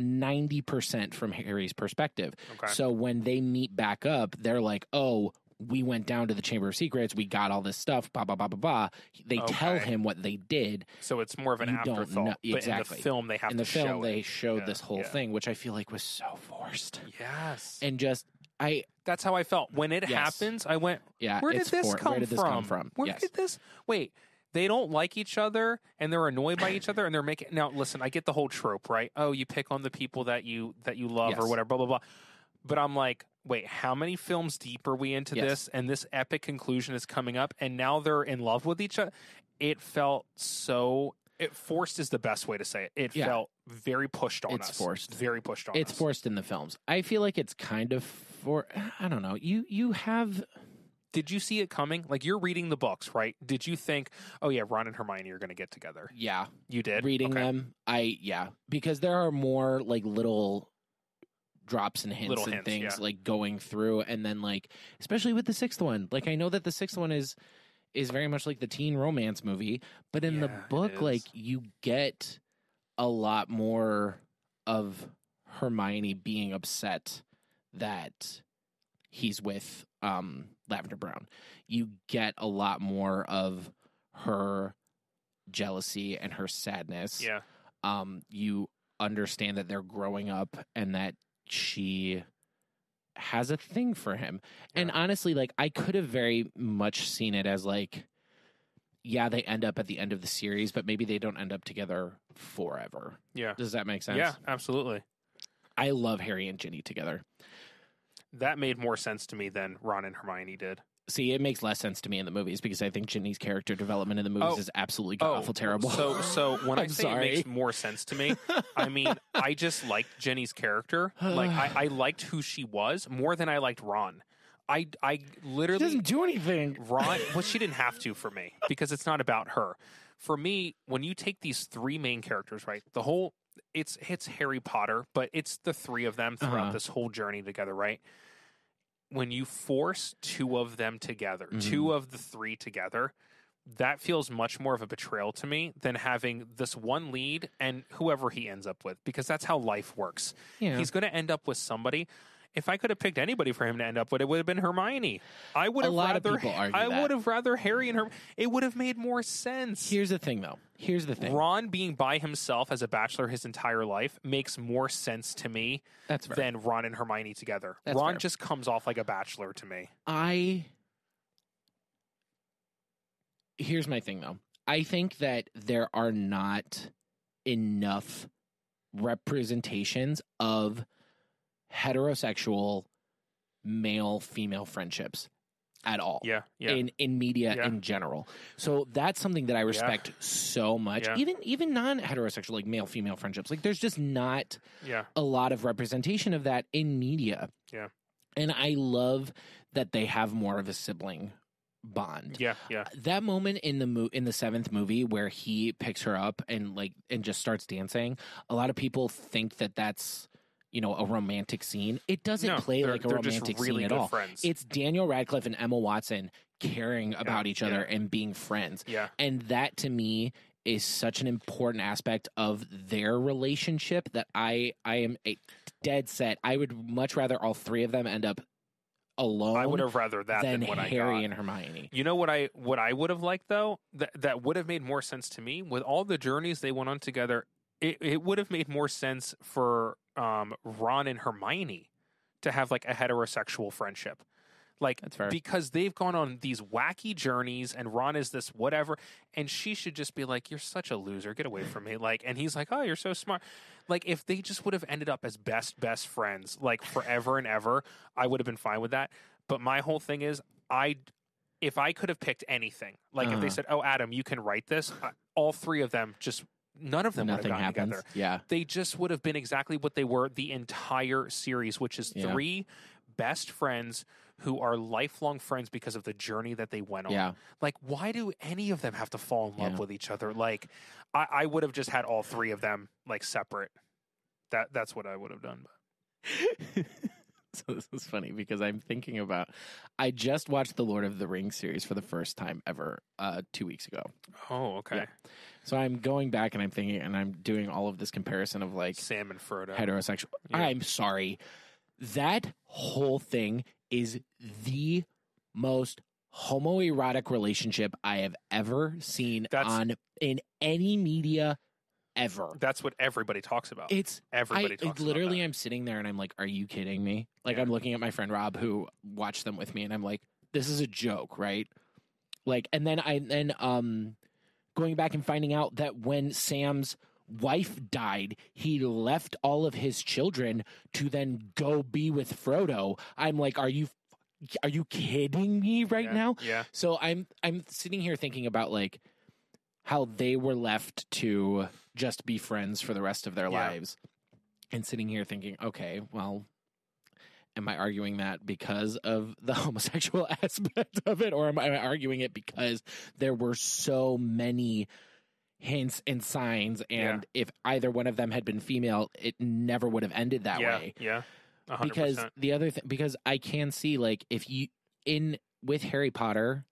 [SPEAKER 1] 90% from Harry's perspective.
[SPEAKER 2] okay,
[SPEAKER 1] So when they meet back up, they're like, "Oh, we went down to the Chamber of Secrets, we got all this stuff, blah blah blah blah blah." They tell
[SPEAKER 2] Okay.
[SPEAKER 1] him what they did.
[SPEAKER 2] so it's more of an
[SPEAKER 1] you don't know-
[SPEAKER 2] afterthought. But in
[SPEAKER 1] exactly.
[SPEAKER 2] the film, they have
[SPEAKER 1] In
[SPEAKER 2] to
[SPEAKER 1] the film
[SPEAKER 2] show it.
[SPEAKER 1] they showed
[SPEAKER 2] Yeah,
[SPEAKER 1] this whole
[SPEAKER 2] yeah.
[SPEAKER 1] thing, which I feel like was so forced.
[SPEAKER 2] Yes,
[SPEAKER 1] And just I
[SPEAKER 2] that's how I felt when it
[SPEAKER 1] Yes.
[SPEAKER 2] happens. I went,
[SPEAKER 1] yeah,
[SPEAKER 2] where did
[SPEAKER 1] it's
[SPEAKER 2] this
[SPEAKER 1] for-
[SPEAKER 2] come
[SPEAKER 1] where did this
[SPEAKER 2] from?
[SPEAKER 1] come from?
[SPEAKER 2] Where
[SPEAKER 1] yes.
[SPEAKER 2] did this? Wait, they don't like each other and they're annoyed by each other and they're making. Now, listen, I get the whole trope, right? Oh, you pick on the people that you that you love or
[SPEAKER 1] Yes.
[SPEAKER 2] whatever, blah blah blah. But I'm like, wait, how many films deep are we into
[SPEAKER 1] Yes.
[SPEAKER 2] this? And this epic conclusion is coming up, and now they're in love with each other. It felt so. It forced is the best way to say it. It
[SPEAKER 1] Yeah.
[SPEAKER 2] felt very pushed on
[SPEAKER 1] It's
[SPEAKER 2] us.
[SPEAKER 1] forced.
[SPEAKER 2] Very pushed on
[SPEAKER 1] it's
[SPEAKER 2] us.
[SPEAKER 1] forced in the films. I feel like it's kind of for I don't know. You you have
[SPEAKER 2] Did you see it coming? Like you're reading the books, right? Did you think, oh yeah, Ron and Hermione are going to get together?
[SPEAKER 1] yeah,
[SPEAKER 2] You did
[SPEAKER 1] reading
[SPEAKER 2] Okay.
[SPEAKER 1] them i yeah because there are more like little drops and hints
[SPEAKER 2] Little
[SPEAKER 1] and
[SPEAKER 2] hints,
[SPEAKER 1] things
[SPEAKER 2] yeah.
[SPEAKER 1] like going through and then like especially with the sixth one like i know that the sixth one is is very much like the teen romance movie but in the
[SPEAKER 2] Yeah, it
[SPEAKER 1] book like
[SPEAKER 2] is.
[SPEAKER 1] you get a lot more of hermione being upset that he's with um lavender brown you get a lot more of her jealousy and her sadness
[SPEAKER 2] Yeah.
[SPEAKER 1] um, you understand that they're growing up and that she has a thing for him. And
[SPEAKER 2] Yeah.
[SPEAKER 1] honestly, like I could have very much seen it as like, yeah, they end up at the end of the series, but maybe they don't end up together forever.
[SPEAKER 2] Yeah.
[SPEAKER 1] Does that make sense?
[SPEAKER 2] Yeah, absolutely.
[SPEAKER 1] I love Harry and Ginny together.
[SPEAKER 2] That made more sense to me than Ron and Hermione did.
[SPEAKER 1] See, it makes less sense to me in the movies because I think Ginny's character development in the movies
[SPEAKER 2] Oh.
[SPEAKER 1] is absolutely god awful terrible.
[SPEAKER 2] So so when I
[SPEAKER 1] I'm
[SPEAKER 2] say
[SPEAKER 1] sorry.
[SPEAKER 2] it makes more sense to me, I mean I just liked Jenny's character. Like I, I liked who she was more than I liked Ron. I I
[SPEAKER 1] she
[SPEAKER 2] literally
[SPEAKER 1] doesn't do anything.
[SPEAKER 2] Ron, well, she didn't have to for me because it's not about her. For me, when you take these three main characters, right, the whole it's it's Harry Potter, but it's the three of them throughout
[SPEAKER 1] Uh-huh.
[SPEAKER 2] this whole journey together, right? When you force two of them together, two of the three together, that feels much more of a betrayal to me than having this one lead and whoever he ends up with, because that's how life works.
[SPEAKER 1] Yeah.
[SPEAKER 2] He's going to end up with somebody. If I could have picked anybody for him to end up with, it would have been Hermione. I would
[SPEAKER 1] A
[SPEAKER 2] have
[SPEAKER 1] lot of
[SPEAKER 2] rather.
[SPEAKER 1] people argue
[SPEAKER 2] I
[SPEAKER 1] that.
[SPEAKER 2] would have rather Harry and her. It would have made more sense.
[SPEAKER 1] Here's the thing, though. Here's the thing.
[SPEAKER 2] Ron being by himself as a bachelor his entire life makes more sense to me
[SPEAKER 1] That's fair.
[SPEAKER 2] than Ron and Hermione together.
[SPEAKER 1] That's
[SPEAKER 2] Ron
[SPEAKER 1] fair.
[SPEAKER 2] just comes off like a bachelor to me.
[SPEAKER 1] I here's my thing though. I think that there are not enough representations of heterosexual male female friendships at all
[SPEAKER 2] Yeah, yeah.
[SPEAKER 1] in in media
[SPEAKER 2] Yeah.
[SPEAKER 1] in general. So that's something that I respect so much.
[SPEAKER 2] Yeah.
[SPEAKER 1] Even even non heterosexual like male female friendships. Like there's just not
[SPEAKER 2] yeah,
[SPEAKER 1] a lot of representation of that in media.
[SPEAKER 2] Yeah.
[SPEAKER 1] And I love that they have more of a sibling bond.
[SPEAKER 2] yeah, yeah.
[SPEAKER 1] That moment in the mo- in the seventh movie where he picks her up and like and just starts dancing, a lot of people think that that's you know a romantic scene. It doesn't
[SPEAKER 2] No,
[SPEAKER 1] play
[SPEAKER 2] they're-
[SPEAKER 1] like a
[SPEAKER 2] they're just
[SPEAKER 1] romantic
[SPEAKER 2] really
[SPEAKER 1] scene at
[SPEAKER 2] good
[SPEAKER 1] all.
[SPEAKER 2] Friends.
[SPEAKER 1] It's Daniel Radcliffe and Emma Watson caring about each other and being friends.
[SPEAKER 2] yeah,
[SPEAKER 1] And that to me is such an important aspect of their relationship that I I am a dead set. I would much rather all three of them end up alone
[SPEAKER 2] I would have rather that
[SPEAKER 1] than,
[SPEAKER 2] than, what I got.
[SPEAKER 1] Harry and Hermione.
[SPEAKER 2] You know what I what I would have liked though that that would have made more sense to me with all the journeys they went on together. It it would have made more sense for um, Ron and Hermione to have like a heterosexual friendship, like
[SPEAKER 1] That's fair.
[SPEAKER 2] because they've gone on these wacky journeys and Ron is this whatever, and she should just be like, "You're such a loser, get away from me!" Like, and he's like, "Oh, you're so smart." Like, if they just would have ended up as best best friends, like forever and ever, I would have been fine with that. But my whole thing is, I if I could have picked anything, like if
[SPEAKER 1] Uh-huh.
[SPEAKER 2] they said, "Oh, Adam, you can write this," I, all three of them just none of them
[SPEAKER 1] Nothing
[SPEAKER 2] would have gotten
[SPEAKER 1] happens.
[SPEAKER 2] together.
[SPEAKER 1] Yeah.
[SPEAKER 2] They just would have been exactly what they were the entire series, which is
[SPEAKER 1] Yeah.
[SPEAKER 2] three best friends who are lifelong friends because of the journey that they went on.
[SPEAKER 1] Yeah.
[SPEAKER 2] Like, why do any of them have to fall in love
[SPEAKER 1] Yeah.
[SPEAKER 2] with each other? Like, I, I would have just had all three of them like separate. That that's what I would have done.
[SPEAKER 1] so this is funny because I'm thinking about I just watched the Lord of the Rings series for the first time ever uh 2 weeks ago.
[SPEAKER 2] Oh, okay.
[SPEAKER 1] Yeah. So I'm going back and I'm thinking and I'm doing all of this comparison of like
[SPEAKER 2] Sam and Frodo.
[SPEAKER 1] heterosexual.
[SPEAKER 2] Yeah.
[SPEAKER 1] I'm sorry. That whole thing is the most homoerotic relationship I have ever seen
[SPEAKER 2] That's-
[SPEAKER 1] on in any media ever.
[SPEAKER 2] That's what everybody talks about.
[SPEAKER 1] It's
[SPEAKER 2] everybody
[SPEAKER 1] I
[SPEAKER 2] talks
[SPEAKER 1] literally
[SPEAKER 2] about
[SPEAKER 1] I'm sitting there and I'm like, are you kidding me? Like
[SPEAKER 2] Yeah.
[SPEAKER 1] I'm looking at my friend Rob who watched them with me and I'm like, this is a joke, right? Like and then I then um going back and finding out that when Sam's wife died, he left all of his children to then go be with Frodo. I'm like, are you are you kidding me
[SPEAKER 2] that.
[SPEAKER 1] right
[SPEAKER 2] Yeah,
[SPEAKER 1] now?
[SPEAKER 2] Yeah.
[SPEAKER 1] So I'm I'm sitting here thinking about like how they were left to just be friends for the rest of their
[SPEAKER 2] Yeah.
[SPEAKER 1] lives. And sitting here thinking, okay, well, am I arguing that because of the homosexual aspect of it or am I arguing it because there were so many hints and signs and if either one of them had been female, it never would have ended that
[SPEAKER 2] yeah,
[SPEAKER 1] way
[SPEAKER 2] Yeah. A hundred
[SPEAKER 1] because
[SPEAKER 2] percent.
[SPEAKER 1] the other thing because I can see like if you in with Harry Potter,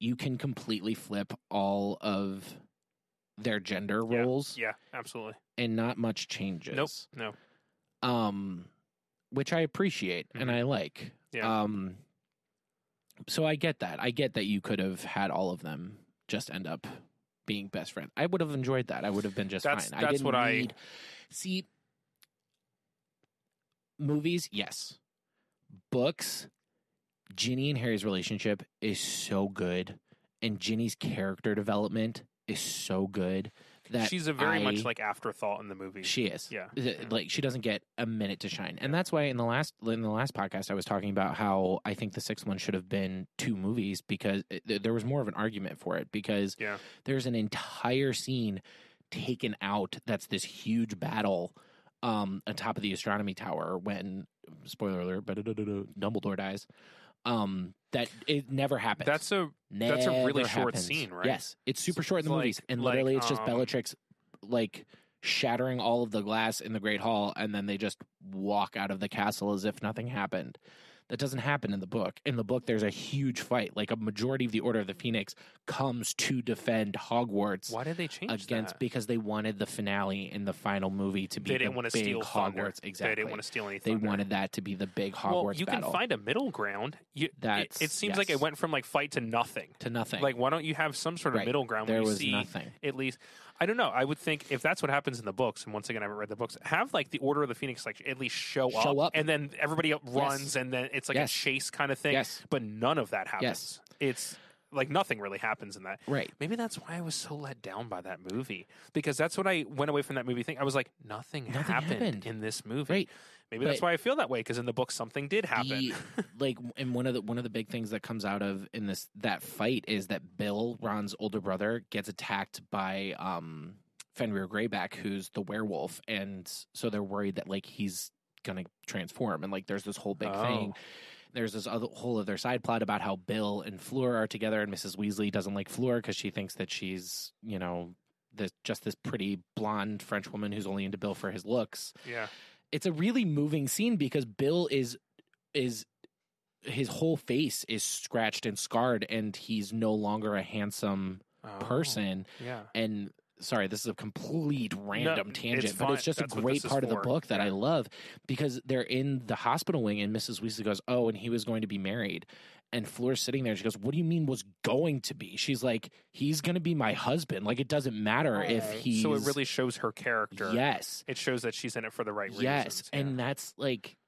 [SPEAKER 1] you can completely flip all of their gender roles
[SPEAKER 2] Yeah, absolutely.
[SPEAKER 1] and not much changes.
[SPEAKER 2] Nope. No.
[SPEAKER 1] Um which I appreciate and
[SPEAKER 2] Mhm.
[SPEAKER 1] I like.
[SPEAKER 2] Yeah.
[SPEAKER 1] Um so I get that. I get that you could have had all of them just end up being best friends. I would have enjoyed that. I would have been just
[SPEAKER 2] That's-
[SPEAKER 1] fine. I
[SPEAKER 2] that's
[SPEAKER 1] didn't
[SPEAKER 2] what I-
[SPEAKER 1] need see movies, yes. Books, Ginny and Harry's relationship is so good. And Ginny's character development is so good that
[SPEAKER 2] She's a very
[SPEAKER 1] I-
[SPEAKER 2] much like afterthought in the movie.
[SPEAKER 1] she is.
[SPEAKER 2] Yeah.
[SPEAKER 1] Th-
[SPEAKER 2] Mhm.
[SPEAKER 1] Like she doesn't get a minute to shine. And that's why in the last in the last podcast I was talking about how I think the sixth one should have been two movies because it, th- there was more of an argument for it because
[SPEAKER 2] Yeah.
[SPEAKER 1] there's an entire scene taken out that's this huge battle um atop of the astronomy tower when spoiler alert but Dumbledore dies um that it never happens
[SPEAKER 2] That's a That's a really
[SPEAKER 1] never
[SPEAKER 2] short
[SPEAKER 1] happens.
[SPEAKER 2] scene, right?
[SPEAKER 1] Yes, it's super
[SPEAKER 2] So
[SPEAKER 1] short in
[SPEAKER 2] it's
[SPEAKER 1] the movies,
[SPEAKER 2] like-
[SPEAKER 1] and
[SPEAKER 2] like,
[SPEAKER 1] literally it's just
[SPEAKER 2] um,
[SPEAKER 1] Bellatrix like shattering all of the glass in the Great Hall, and then they just walk out of the castle as if nothing happened. That doesn't happen in the book. In the book, there's a huge fight. Like a majority of the Order of the Phoenix comes to defend Hogwarts
[SPEAKER 2] why did they change
[SPEAKER 1] against
[SPEAKER 2] that?
[SPEAKER 1] because they wanted the finale in the final movie to be
[SPEAKER 2] They
[SPEAKER 1] the
[SPEAKER 2] didn't want to
[SPEAKER 1] big
[SPEAKER 2] steal
[SPEAKER 1] Hogwarts.
[SPEAKER 2] thunder.
[SPEAKER 1] Exactly,
[SPEAKER 2] They didn't want to steal any
[SPEAKER 1] They
[SPEAKER 2] thunder.
[SPEAKER 1] wanted that to be the big Hogwarts
[SPEAKER 2] Well, you
[SPEAKER 1] battle
[SPEAKER 2] can find a middle ground. You, it-
[SPEAKER 1] That's-
[SPEAKER 2] it, seems like
[SPEAKER 1] yes.
[SPEAKER 2] it went from like fight to nothing.
[SPEAKER 1] to nothing.
[SPEAKER 2] Like, why don't you have some sort of
[SPEAKER 1] Right.
[SPEAKER 2] middle ground?
[SPEAKER 1] there
[SPEAKER 2] where you
[SPEAKER 1] was
[SPEAKER 2] see
[SPEAKER 1] nothing.
[SPEAKER 2] at least I don't know. I would think if that's what happens in the books, and once again, I haven't read the books. Have like the Order of the Phoenix, like at least show,
[SPEAKER 1] Show up.
[SPEAKER 2] and then everybody else runs, and then it's like
[SPEAKER 1] Yes.
[SPEAKER 2] a chase kind of thing.
[SPEAKER 1] Yes.
[SPEAKER 2] But none of that happens.
[SPEAKER 1] Yes.
[SPEAKER 2] It's like nothing really happens in that.
[SPEAKER 1] Right.
[SPEAKER 2] Maybe that's why I was so let down by that movie because that's what I went away from that movie thing. I was like, nothing,
[SPEAKER 1] Nothing
[SPEAKER 2] happened,
[SPEAKER 1] happened.
[SPEAKER 2] in this movie.
[SPEAKER 1] Right.
[SPEAKER 2] Maybe that's
[SPEAKER 1] But-
[SPEAKER 2] why I feel that way because in the book something did happen.
[SPEAKER 1] The- like, and one of the one of the big things that comes out of in this that fight is that Bill, Ron's older brother, gets attacked by um Fenrir Greyback, who's the werewolf, and so they're worried that like he's gonna transform, and like there's this whole
[SPEAKER 2] Oh.
[SPEAKER 1] big thing. There's this other whole other side plot about how Bill and Fleur are together, and Mrs. Weasley doesn't like Fleur because she thinks that she's you know this just this pretty blonde French woman who's only into Bill for his looks
[SPEAKER 2] yeah.
[SPEAKER 1] it's a really moving scene because Bill is is his whole face is scratched and scarred and he's no longer a handsome
[SPEAKER 2] Oh,
[SPEAKER 1] person
[SPEAKER 2] Yeah.
[SPEAKER 1] and sorry this is a complete random
[SPEAKER 2] it's
[SPEAKER 1] tangent but
[SPEAKER 2] fine.
[SPEAKER 1] it's just
[SPEAKER 2] That's
[SPEAKER 1] a
[SPEAKER 2] what
[SPEAKER 1] great
[SPEAKER 2] this is
[SPEAKER 1] part of the
[SPEAKER 2] for.
[SPEAKER 1] book that
[SPEAKER 2] Yeah.
[SPEAKER 1] i love because they're in the hospital wing and mrs weasley goes oh and he was going to be married and Fleur's sitting there and she goes what do you mean was going to be she's like he's going to be my husband like it doesn't matter if he's
[SPEAKER 2] so it really shows her character.
[SPEAKER 1] yes
[SPEAKER 2] It shows that she's in it for the right
[SPEAKER 1] yes,
[SPEAKER 2] reasons.
[SPEAKER 1] and that's like,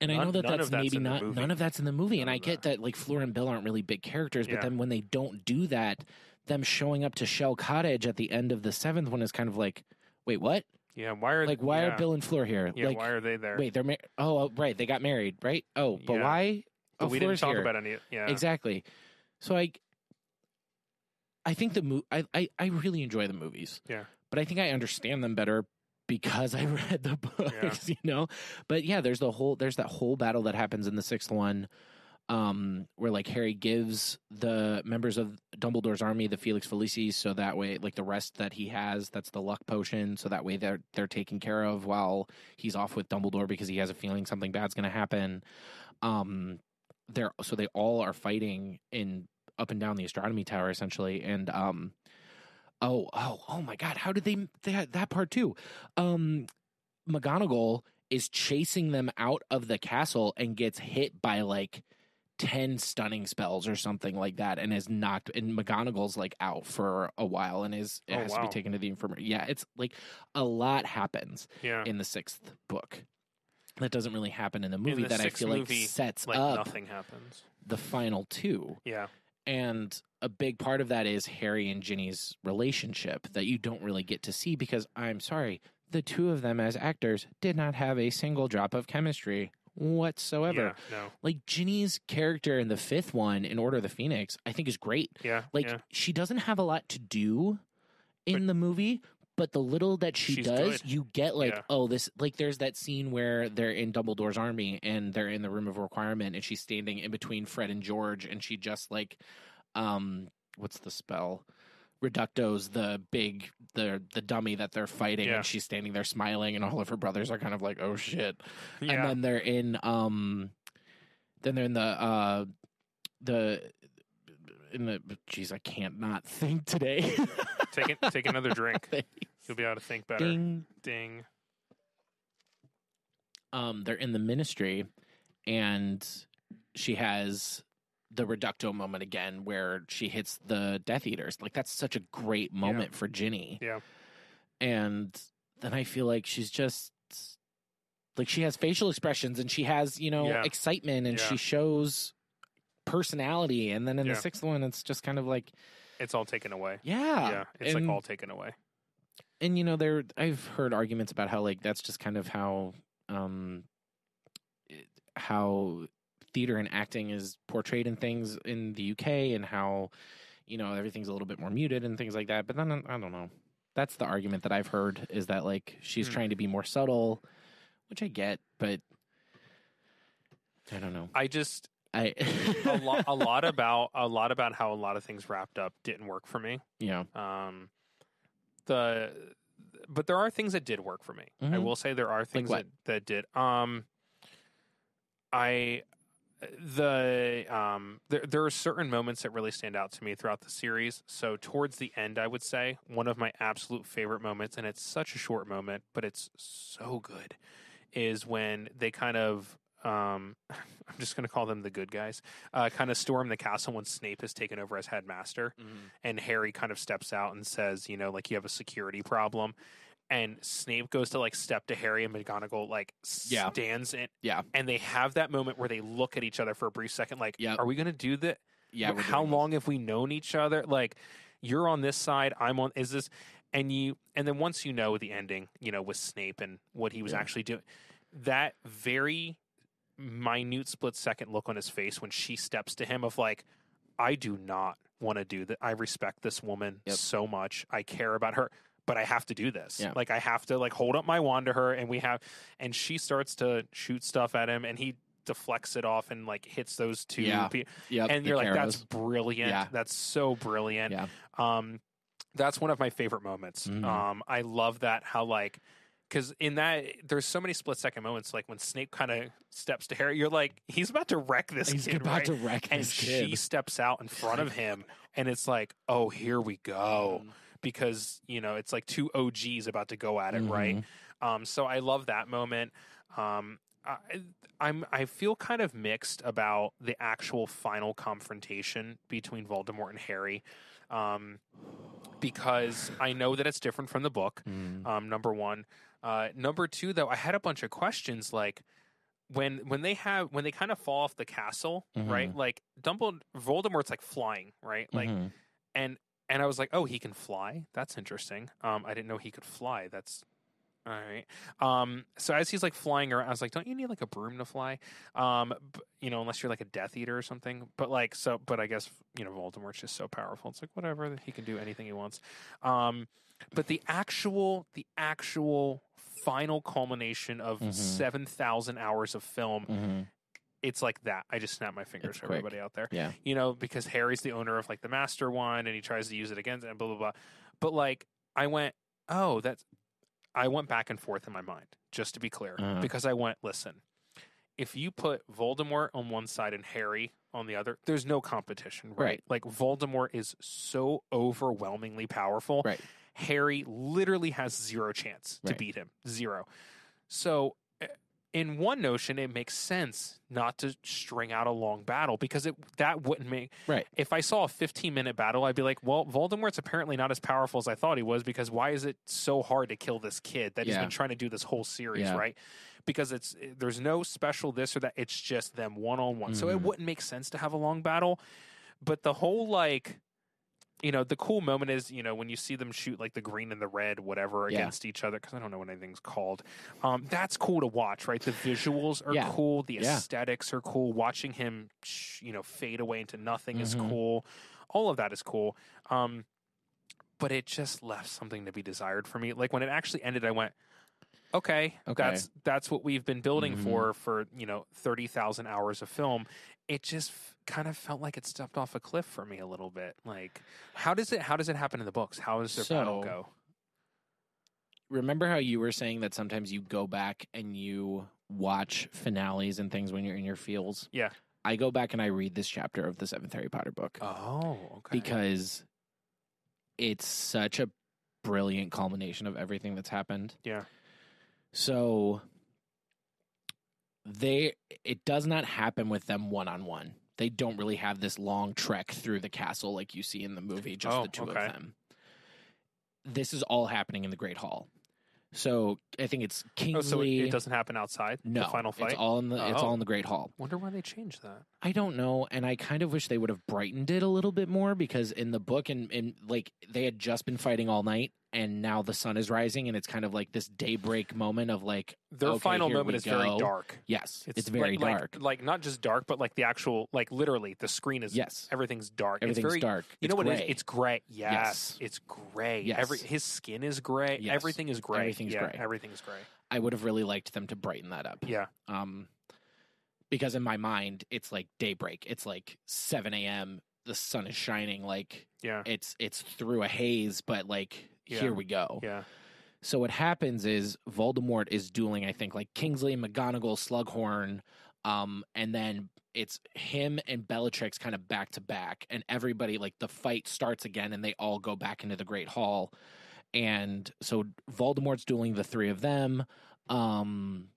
[SPEAKER 1] and I know
[SPEAKER 2] None-
[SPEAKER 1] that
[SPEAKER 2] none
[SPEAKER 1] that's
[SPEAKER 2] of that's
[SPEAKER 1] maybe
[SPEAKER 2] in the
[SPEAKER 1] not
[SPEAKER 2] movie.
[SPEAKER 1] none of that's in the movie, and
[SPEAKER 2] None
[SPEAKER 1] I
[SPEAKER 2] of
[SPEAKER 1] get that. like Fleur and Bill aren't really big characters, but
[SPEAKER 2] Yeah.
[SPEAKER 1] then when they don't do that, them showing up to Shell Cottage at the end of the seventh one is kind of like, wait, what?
[SPEAKER 2] yeah. yeah, why are
[SPEAKER 1] Like, why
[SPEAKER 2] yeah,
[SPEAKER 1] are Bill and Fleur here?
[SPEAKER 2] Yeah,
[SPEAKER 1] like,
[SPEAKER 2] why are they there?
[SPEAKER 1] wait, they're mar- oh right, they got married, right? Oh, but
[SPEAKER 2] Yeah.
[SPEAKER 1] why?
[SPEAKER 2] But
[SPEAKER 1] oh,
[SPEAKER 2] we didn't
[SPEAKER 1] Fleur's
[SPEAKER 2] talk
[SPEAKER 1] here.
[SPEAKER 2] about any. Yeah,
[SPEAKER 1] exactly. So I, I think the mo- I, I I really enjoy the movies.
[SPEAKER 2] Yeah.
[SPEAKER 1] But I think I understand them better because I read the books. You know. But yeah, there's the whole there's that whole battle that happens in the sixth one, um, where like Harry gives the members of Dumbledore's army the Felix Felicis, so that way like the rest that he has that's the luck potion, so that way they're they're taken care of while he's off with Dumbledore because he has a feeling something bad's going to happen. Um, they're so they all are fighting in up and down the astronomy tower essentially, and um, oh oh oh my god, how did they they had that part too? Um, McGonagall is chasing them out of the castle and gets hit by like. 10 stunning spells or something like that and is knocked and McGonagall's like out for a while and is
[SPEAKER 2] Oh,
[SPEAKER 1] has to
[SPEAKER 2] wow.
[SPEAKER 1] be taken to the infirmary. Yeah, it's like a lot happens
[SPEAKER 2] Yeah.
[SPEAKER 1] in the sixth book. That doesn't really happen in the movie
[SPEAKER 2] the
[SPEAKER 1] that I
[SPEAKER 2] sixth
[SPEAKER 1] feel like
[SPEAKER 2] movie,
[SPEAKER 1] sets
[SPEAKER 2] like
[SPEAKER 1] up
[SPEAKER 2] nothing happens.
[SPEAKER 1] the final two.
[SPEAKER 2] Yeah.
[SPEAKER 1] And a big part of that is Harry and Ginny's relationship that you don't really get to see because I'm sorry, the two of them as actors did not have a single drop of chemistry whatsoever.
[SPEAKER 2] Yeah. No.
[SPEAKER 1] Like Ginny's character in the fifth one in Order of the Phoenix, I think is great.
[SPEAKER 2] Yeah.
[SPEAKER 1] Like
[SPEAKER 2] yeah.
[SPEAKER 1] she doesn't have a lot to do in
[SPEAKER 2] But-
[SPEAKER 1] the movie, but the little that she
[SPEAKER 2] She's
[SPEAKER 1] does,
[SPEAKER 2] good.
[SPEAKER 1] you get like,
[SPEAKER 2] Yeah.
[SPEAKER 1] oh, this like there's that scene where they're in Dumbledore's army and they're in the room of requirement and she's standing in between Fred and George and she just like um what's the spell? Reducto's the big the the dummy that they're fighting
[SPEAKER 2] Yeah.
[SPEAKER 1] and she's standing there smiling and all of her brothers are kind of like, Oh shit
[SPEAKER 2] yeah.
[SPEAKER 1] and then they're in um then they're in the uh the in the jeez i can't not think today
[SPEAKER 2] take it, take another drink.
[SPEAKER 1] Thanks.
[SPEAKER 2] You'll be able to think better. Ding.
[SPEAKER 1] ding um they're in the ministry and she has the reducto moment again where she hits the death eaters like that's such a great moment for ginny
[SPEAKER 2] Yeah.
[SPEAKER 1] and then i feel like she's just like she has facial expressions and she has you know
[SPEAKER 2] Yeah.
[SPEAKER 1] excitement and
[SPEAKER 2] Yeah.
[SPEAKER 1] she shows personality and then in
[SPEAKER 2] Yeah.
[SPEAKER 1] the sixth one it's just kind of like
[SPEAKER 2] It's all taken away.
[SPEAKER 1] yeah,
[SPEAKER 2] yeah. It's
[SPEAKER 1] and,
[SPEAKER 2] like all taken away.
[SPEAKER 1] and you know there i've heard arguments about how like that's just kind of how um it- how theater and acting is portrayed in things in the uk and how you know everything's a little bit more muted and things like that but then i don't know that's the argument that i've heard is that like she's
[SPEAKER 2] Hmm.
[SPEAKER 1] trying to be more subtle which i get but i don't know
[SPEAKER 2] I just
[SPEAKER 1] i
[SPEAKER 2] a, lo- a lot about a lot about how a lot of things wrapped up didn't work for me.
[SPEAKER 1] yeah
[SPEAKER 2] Um, the but there are things that did work for me. I
[SPEAKER 1] Mhm.
[SPEAKER 2] will say there are things
[SPEAKER 1] what?
[SPEAKER 2] that that did. Um, I the um there there are certain moments that really stand out to me throughout the series. So towards the end, I would say one of my absolute favorite moments, and it's such a short moment, but it's so good, is when they kind of. Um, I'm just gonna call them the good guys. Uh, kind of storm the castle when Snape is taken over as headmaster, and Harry kind of steps out and says, you know, like you have a security problem. And Snape goes to like step to Harry and McGonagall like
[SPEAKER 1] Yeah.
[SPEAKER 2] stands in,
[SPEAKER 1] Yeah.
[SPEAKER 2] and they have that moment where they look at each other for a brief second, like,
[SPEAKER 1] Yep.
[SPEAKER 2] are we going to do that?
[SPEAKER 1] yeah we're
[SPEAKER 2] how
[SPEAKER 1] doing this.
[SPEAKER 2] long have we known each other? Like, you're on this side, I'm on. Is this? And you, and then once you know the ending, you know with Snape and what he was
[SPEAKER 1] Yeah.
[SPEAKER 2] actually doing, that very minute split second look on his face when she steps to him of like, I do not want to do that. I respect this woman
[SPEAKER 1] Yep.
[SPEAKER 2] so much. I care about her, but I have to do this.
[SPEAKER 1] Yeah.
[SPEAKER 2] Like I have to like hold up my wand to her, and we have, and she starts to shoot stuff at him, and he deflects it off and like hits those two
[SPEAKER 1] Yeah.
[SPEAKER 2] pe-
[SPEAKER 1] Yep,
[SPEAKER 2] and
[SPEAKER 1] the
[SPEAKER 2] you're like,
[SPEAKER 1] Karos.
[SPEAKER 2] that's brilliant.
[SPEAKER 1] Yeah.
[SPEAKER 2] That's so brilliant.
[SPEAKER 1] Yeah.
[SPEAKER 2] Um, that's one of my favorite moments.
[SPEAKER 1] Mhm.
[SPEAKER 2] Um, I love that how like because in that there's so many split second moments like when Snape kind of steps to Harry, you're like, he's about to wreck this
[SPEAKER 1] he's
[SPEAKER 2] kid,
[SPEAKER 1] about
[SPEAKER 2] right?
[SPEAKER 1] to wreck
[SPEAKER 2] and
[SPEAKER 1] this
[SPEAKER 2] she
[SPEAKER 1] kid
[SPEAKER 2] steps out in front of him, and it's like, oh, here we
[SPEAKER 1] Mm-hmm.
[SPEAKER 2] go. Because you know it's like two OGs about to go at it, right?
[SPEAKER 1] Mhm.
[SPEAKER 2] Um, so I love that moment. Um, I, I'm I feel kind of mixed about the actual final confrontation between Voldemort and Harry, um, because I know that it's different from the book.
[SPEAKER 1] Mhm.
[SPEAKER 2] Um, number one, uh, number two, though, I had a bunch of questions like when when they have when they kind of fall off the castle, right? Like Dumbledore, Voldemort's like flying, right? Like
[SPEAKER 1] Mhm.
[SPEAKER 2] and and I was like, oh, he can fly. That's interesting. Um, I didn't know he could fly. That's All right. Um, so as he's like flying around, I was like, don't you need like a broom to fly? Um, b- you know, unless you're like a Death Eater or something. But like, so, but I guess you know, Voldemort's just so powerful. It's like whatever that he can do anything he wants. Um, but the actual, the actual final culmination of
[SPEAKER 1] Mhm.
[SPEAKER 2] thousand hours of film, it's like that. I just snapped my fingers
[SPEAKER 1] It's
[SPEAKER 2] for
[SPEAKER 1] quick.
[SPEAKER 2] everybody out there
[SPEAKER 1] Yeah.
[SPEAKER 2] you know, because Harry's the owner of like the master one and he tries to use it against and blah blah blah. But like I went, oh, that's I went back and forth in my mind, just to be clear.
[SPEAKER 1] Uh-huh.
[SPEAKER 2] Because I went, listen, if you put Voldemort on one side and Harry on the other, there's no competition, right?
[SPEAKER 1] Right.
[SPEAKER 2] Like Voldemort is so overwhelmingly powerful.
[SPEAKER 1] Right.
[SPEAKER 2] Harry literally has zero chance to
[SPEAKER 1] Right.
[SPEAKER 2] beat him. Zero. So eh, in one notion it makes sense not to string out a long battle because it that wouldn't make
[SPEAKER 1] Right.
[SPEAKER 2] if I saw a 15 minute battle, I'd be like, well, Voldemort's apparently not as powerful as I thought he was because why is it so hard to kill this kid that he's
[SPEAKER 1] Yeah.
[SPEAKER 2] been trying to do this whole series,
[SPEAKER 1] Yeah.
[SPEAKER 2] right? Because it's there's no special this or that. It's just them one on one. So it
[SPEAKER 1] Mhm.
[SPEAKER 2] wouldn't make sense to have a long battle. But the whole like you know, the cool moment is, you know, when you see them shoot like the green and the red, whatever,
[SPEAKER 1] Yeah.
[SPEAKER 2] against each other, because I don't know what anything's called. Um, that's cool to watch, right? The visuals are
[SPEAKER 1] Yeah.
[SPEAKER 2] cool, the
[SPEAKER 1] Yeah.
[SPEAKER 2] aesthetics are cool. Watching him, sh- you know, fade away into nothing is
[SPEAKER 1] Mhm.
[SPEAKER 2] cool. All of that is cool. Um, but it just left something to be desired for me. Like when it actually ended, I went, okay,
[SPEAKER 1] Okay.
[SPEAKER 2] that's that's what we've been building
[SPEAKER 1] Mhm.
[SPEAKER 2] for for you know thirty thousand hours of film. It just f- kind of felt like it stepped off a cliff for me a little bit. Like how does it how does it happen in the books? How does their battle
[SPEAKER 1] So-
[SPEAKER 2] go?
[SPEAKER 1] remember how you were saying that sometimes you go back and you watch finales and things when you're in your fields?
[SPEAKER 2] Yeah.
[SPEAKER 1] I go back and I read this chapter of the seventh Harry Potter book
[SPEAKER 2] Oh, okay.
[SPEAKER 1] because it's such a brilliant culmination of everything that's happened.
[SPEAKER 2] Yeah.
[SPEAKER 1] So they it does not happen with them one on one. They don't really have this long trek through the castle like you see in the movie, just
[SPEAKER 2] Oh,
[SPEAKER 1] the two
[SPEAKER 2] okay.
[SPEAKER 1] of them. This is all happening in the Great Hall. So I think it's Kingsley.
[SPEAKER 2] oh, so it, it doesn't happen outside
[SPEAKER 1] no
[SPEAKER 2] the final fight.
[SPEAKER 1] It's all in the it's
[SPEAKER 2] Oh.
[SPEAKER 1] all in the Great Hall.
[SPEAKER 2] Wonder why they changed that.
[SPEAKER 1] I don't know, and I kind of wish they would have brightened it a little bit more because in the book and and like they had just been fighting all night and now the sun is rising and it's kind of like this daybreak moment of like
[SPEAKER 2] Their
[SPEAKER 1] Okay,
[SPEAKER 2] final
[SPEAKER 1] here
[SPEAKER 2] moment
[SPEAKER 1] we
[SPEAKER 2] is very
[SPEAKER 1] go.
[SPEAKER 2] dark.
[SPEAKER 1] yes, it's, very
[SPEAKER 2] like,
[SPEAKER 1] dark.
[SPEAKER 2] Like, like not just dark, but like the actual like literally the screen is
[SPEAKER 1] yes,
[SPEAKER 2] everything's dark.
[SPEAKER 1] everything's
[SPEAKER 2] it's very
[SPEAKER 1] dark.
[SPEAKER 2] You
[SPEAKER 1] It's
[SPEAKER 2] know what it is?
[SPEAKER 1] gray.
[SPEAKER 2] It's gray. Yes,
[SPEAKER 1] Yes.
[SPEAKER 2] it's gray.
[SPEAKER 1] Yes.
[SPEAKER 2] Every his skin is gray.
[SPEAKER 1] Yes.
[SPEAKER 2] Everything is gray.
[SPEAKER 1] Everything's
[SPEAKER 2] yeah,
[SPEAKER 1] gray.
[SPEAKER 2] Everything's gray.
[SPEAKER 1] I would have really liked them to brighten that up.
[SPEAKER 2] Yeah.
[SPEAKER 1] Um, because in my mind it's like daybreak. It's like seven a.m. The sun is shining. Like
[SPEAKER 2] Yeah.
[SPEAKER 1] it's it's through a haze, but like
[SPEAKER 2] Yeah.
[SPEAKER 1] here we go.
[SPEAKER 2] Yeah.
[SPEAKER 1] So what happens is Voldemort is dueling, I think, like Kingsley, McGonagall, Slughorn, um, and then it's him and Bellatrix kind of back to back, and everybody like the fight starts again, and they all go back into the Great Hall, and so Voldemort's dueling the three of them. Um,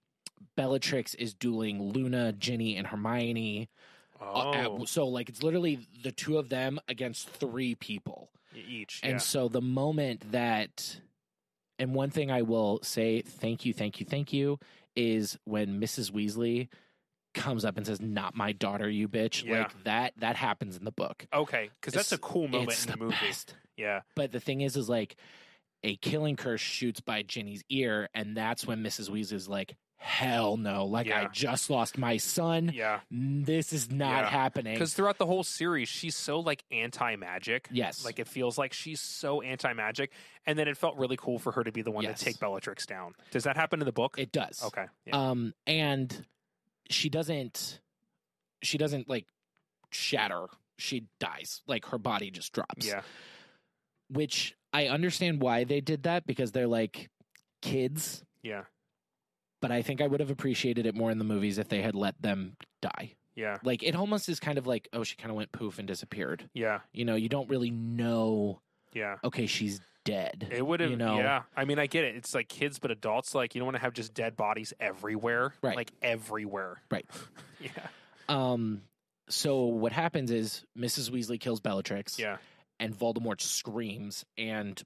[SPEAKER 1] Bellatrix is dueling Luna, Ginny, and Hermione. Uh, at-
[SPEAKER 2] Oh,
[SPEAKER 1] so like it's literally the two of them against three people.
[SPEAKER 2] each.
[SPEAKER 1] And
[SPEAKER 2] yeah.
[SPEAKER 1] so the moment that, and one thing I will say, thank you, thank you, thank you, is when Mrs. Weasley comes up and says, "Not my daughter, you bitch."
[SPEAKER 2] Yeah.
[SPEAKER 1] Like that. That happens in the book.
[SPEAKER 2] Okay, because that's a
[SPEAKER 1] it's-
[SPEAKER 2] cool moment
[SPEAKER 1] it's
[SPEAKER 2] in the,
[SPEAKER 1] the
[SPEAKER 2] movie.
[SPEAKER 1] best.
[SPEAKER 2] Yeah.
[SPEAKER 1] But the thing is, is like a killing curse shoots by Ginny's ear, and that's when Mrs. Weasley's like, "Hell no! Like I
[SPEAKER 2] Yeah.
[SPEAKER 1] just lost my son.
[SPEAKER 2] Yeah.
[SPEAKER 1] This is not
[SPEAKER 2] Yeah.
[SPEAKER 1] happening."
[SPEAKER 2] Because throughout the whole series, she's so like anti magic.
[SPEAKER 1] yes,
[SPEAKER 2] Like it feels like she's so anti magic, and then it felt really cool for her to be the one
[SPEAKER 1] Yes.
[SPEAKER 2] to take Bellatrix down. Does that happen in the book?
[SPEAKER 1] it does.
[SPEAKER 2] okay. Yeah.
[SPEAKER 1] um and she doesn't she doesn't like shatter she dies like her body just drops
[SPEAKER 2] yeah.
[SPEAKER 1] which i understand why they did that because they're like kids
[SPEAKER 2] Yeah.
[SPEAKER 1] but i think i would have appreciated it more in the movies if they had let them die
[SPEAKER 2] Yeah.
[SPEAKER 1] like it almost is kind of like oh she kind of went poof and disappeared
[SPEAKER 2] Yeah.
[SPEAKER 1] you know you don't really know
[SPEAKER 2] Yeah.
[SPEAKER 1] okay she's dead
[SPEAKER 2] It would have,
[SPEAKER 1] you know
[SPEAKER 2] yeah. I mean, I get it. It's like kids, but adults, like, you don't want to have just dead bodies everywhere.
[SPEAKER 1] Right.
[SPEAKER 2] Like, everywhere.
[SPEAKER 1] Right.
[SPEAKER 2] yeah.
[SPEAKER 1] um so what happens is mrs weasley kills bellatrix
[SPEAKER 2] Yeah.
[SPEAKER 1] and Voldemort screams and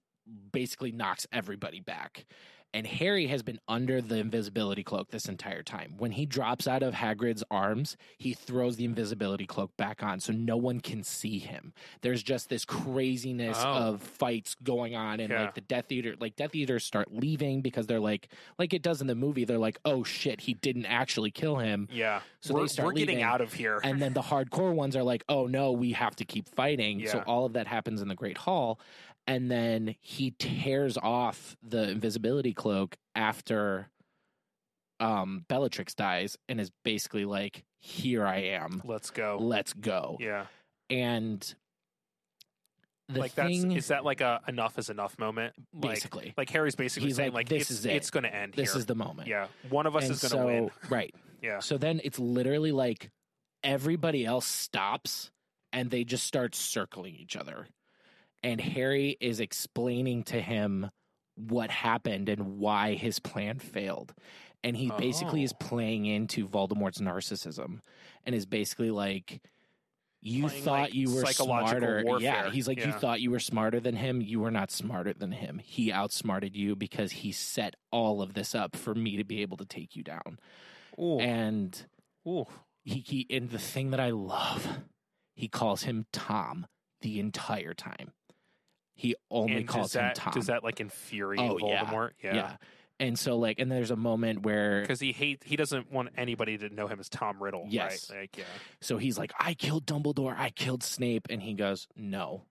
[SPEAKER 1] basically knocks everybody back. And Harry has been under the invisibility cloak this entire time. When he drops out of Hagrid's arms, he throws the invisibility cloak back on so no one can see him. There's just this craziness
[SPEAKER 2] Oh.
[SPEAKER 1] of fights going on and
[SPEAKER 2] Yeah.
[SPEAKER 1] like the Death Eater like Death Eaters start leaving because they're like like it does in the movie, they're like, Oh shit, he didn't actually kill him.
[SPEAKER 2] Yeah.
[SPEAKER 1] So
[SPEAKER 2] we're,
[SPEAKER 1] they start
[SPEAKER 2] we're getting
[SPEAKER 1] leaving.
[SPEAKER 2] out of here.
[SPEAKER 1] And then the hardcore ones are like, oh no, we have to keep fighting. So
[SPEAKER 2] Yeah.
[SPEAKER 1] all of that happens in the Great Hall. And then he tears off the invisibility cloak after um, Bellatrix dies and is basically like, here I am.
[SPEAKER 2] Let's go.
[SPEAKER 1] Let's go.
[SPEAKER 2] Oh. Yeah.
[SPEAKER 1] And the
[SPEAKER 2] like
[SPEAKER 1] thing,
[SPEAKER 2] that's is that like a enough is enough moment? Like
[SPEAKER 1] basically,
[SPEAKER 2] like Harry's basically
[SPEAKER 1] He's
[SPEAKER 2] saying
[SPEAKER 1] like,
[SPEAKER 2] like,
[SPEAKER 1] "This
[SPEAKER 2] it's,
[SPEAKER 1] is it.
[SPEAKER 2] it's gonna end
[SPEAKER 1] this
[SPEAKER 2] here.
[SPEAKER 1] is the moment.
[SPEAKER 2] yeah. One of us
[SPEAKER 1] and
[SPEAKER 2] is gonna
[SPEAKER 1] so,
[SPEAKER 2] win.
[SPEAKER 1] Right.
[SPEAKER 2] Yeah.
[SPEAKER 1] So then it's literally like everybody else stops and they just start circling each other. And Harry is explaining to him what happened and why his plan failed. And he basically is
[SPEAKER 2] Oh.
[SPEAKER 1] playing into Voldemort's narcissism and is basically like, You
[SPEAKER 2] Playing,
[SPEAKER 1] thought
[SPEAKER 2] like,
[SPEAKER 1] you were
[SPEAKER 2] psychological
[SPEAKER 1] smarter. Yeah.
[SPEAKER 2] warfare.
[SPEAKER 1] He's like, You
[SPEAKER 2] Yeah.
[SPEAKER 1] thought you were smarter than him. You were not smarter than him. He outsmarted you because he set all of this up for me to be able to take you down
[SPEAKER 2] Ooh.
[SPEAKER 1] and
[SPEAKER 2] Ooh.
[SPEAKER 1] he, he and the thing that I love, he calls him Tom the entire time. He only
[SPEAKER 2] and
[SPEAKER 1] calls
[SPEAKER 2] does that
[SPEAKER 1] him Tom.
[SPEAKER 2] does that like infuriate
[SPEAKER 1] Oh, yeah.
[SPEAKER 2] Voldemort?
[SPEAKER 1] yeah. And so like and there's a moment where
[SPEAKER 2] Because he hate he doesn't want anybody to know him as Tom Riddle,
[SPEAKER 1] Yes.
[SPEAKER 2] right? Like, yeah,
[SPEAKER 1] so he's like, I killed Dumbledore, I killed Snape, and he goes, No.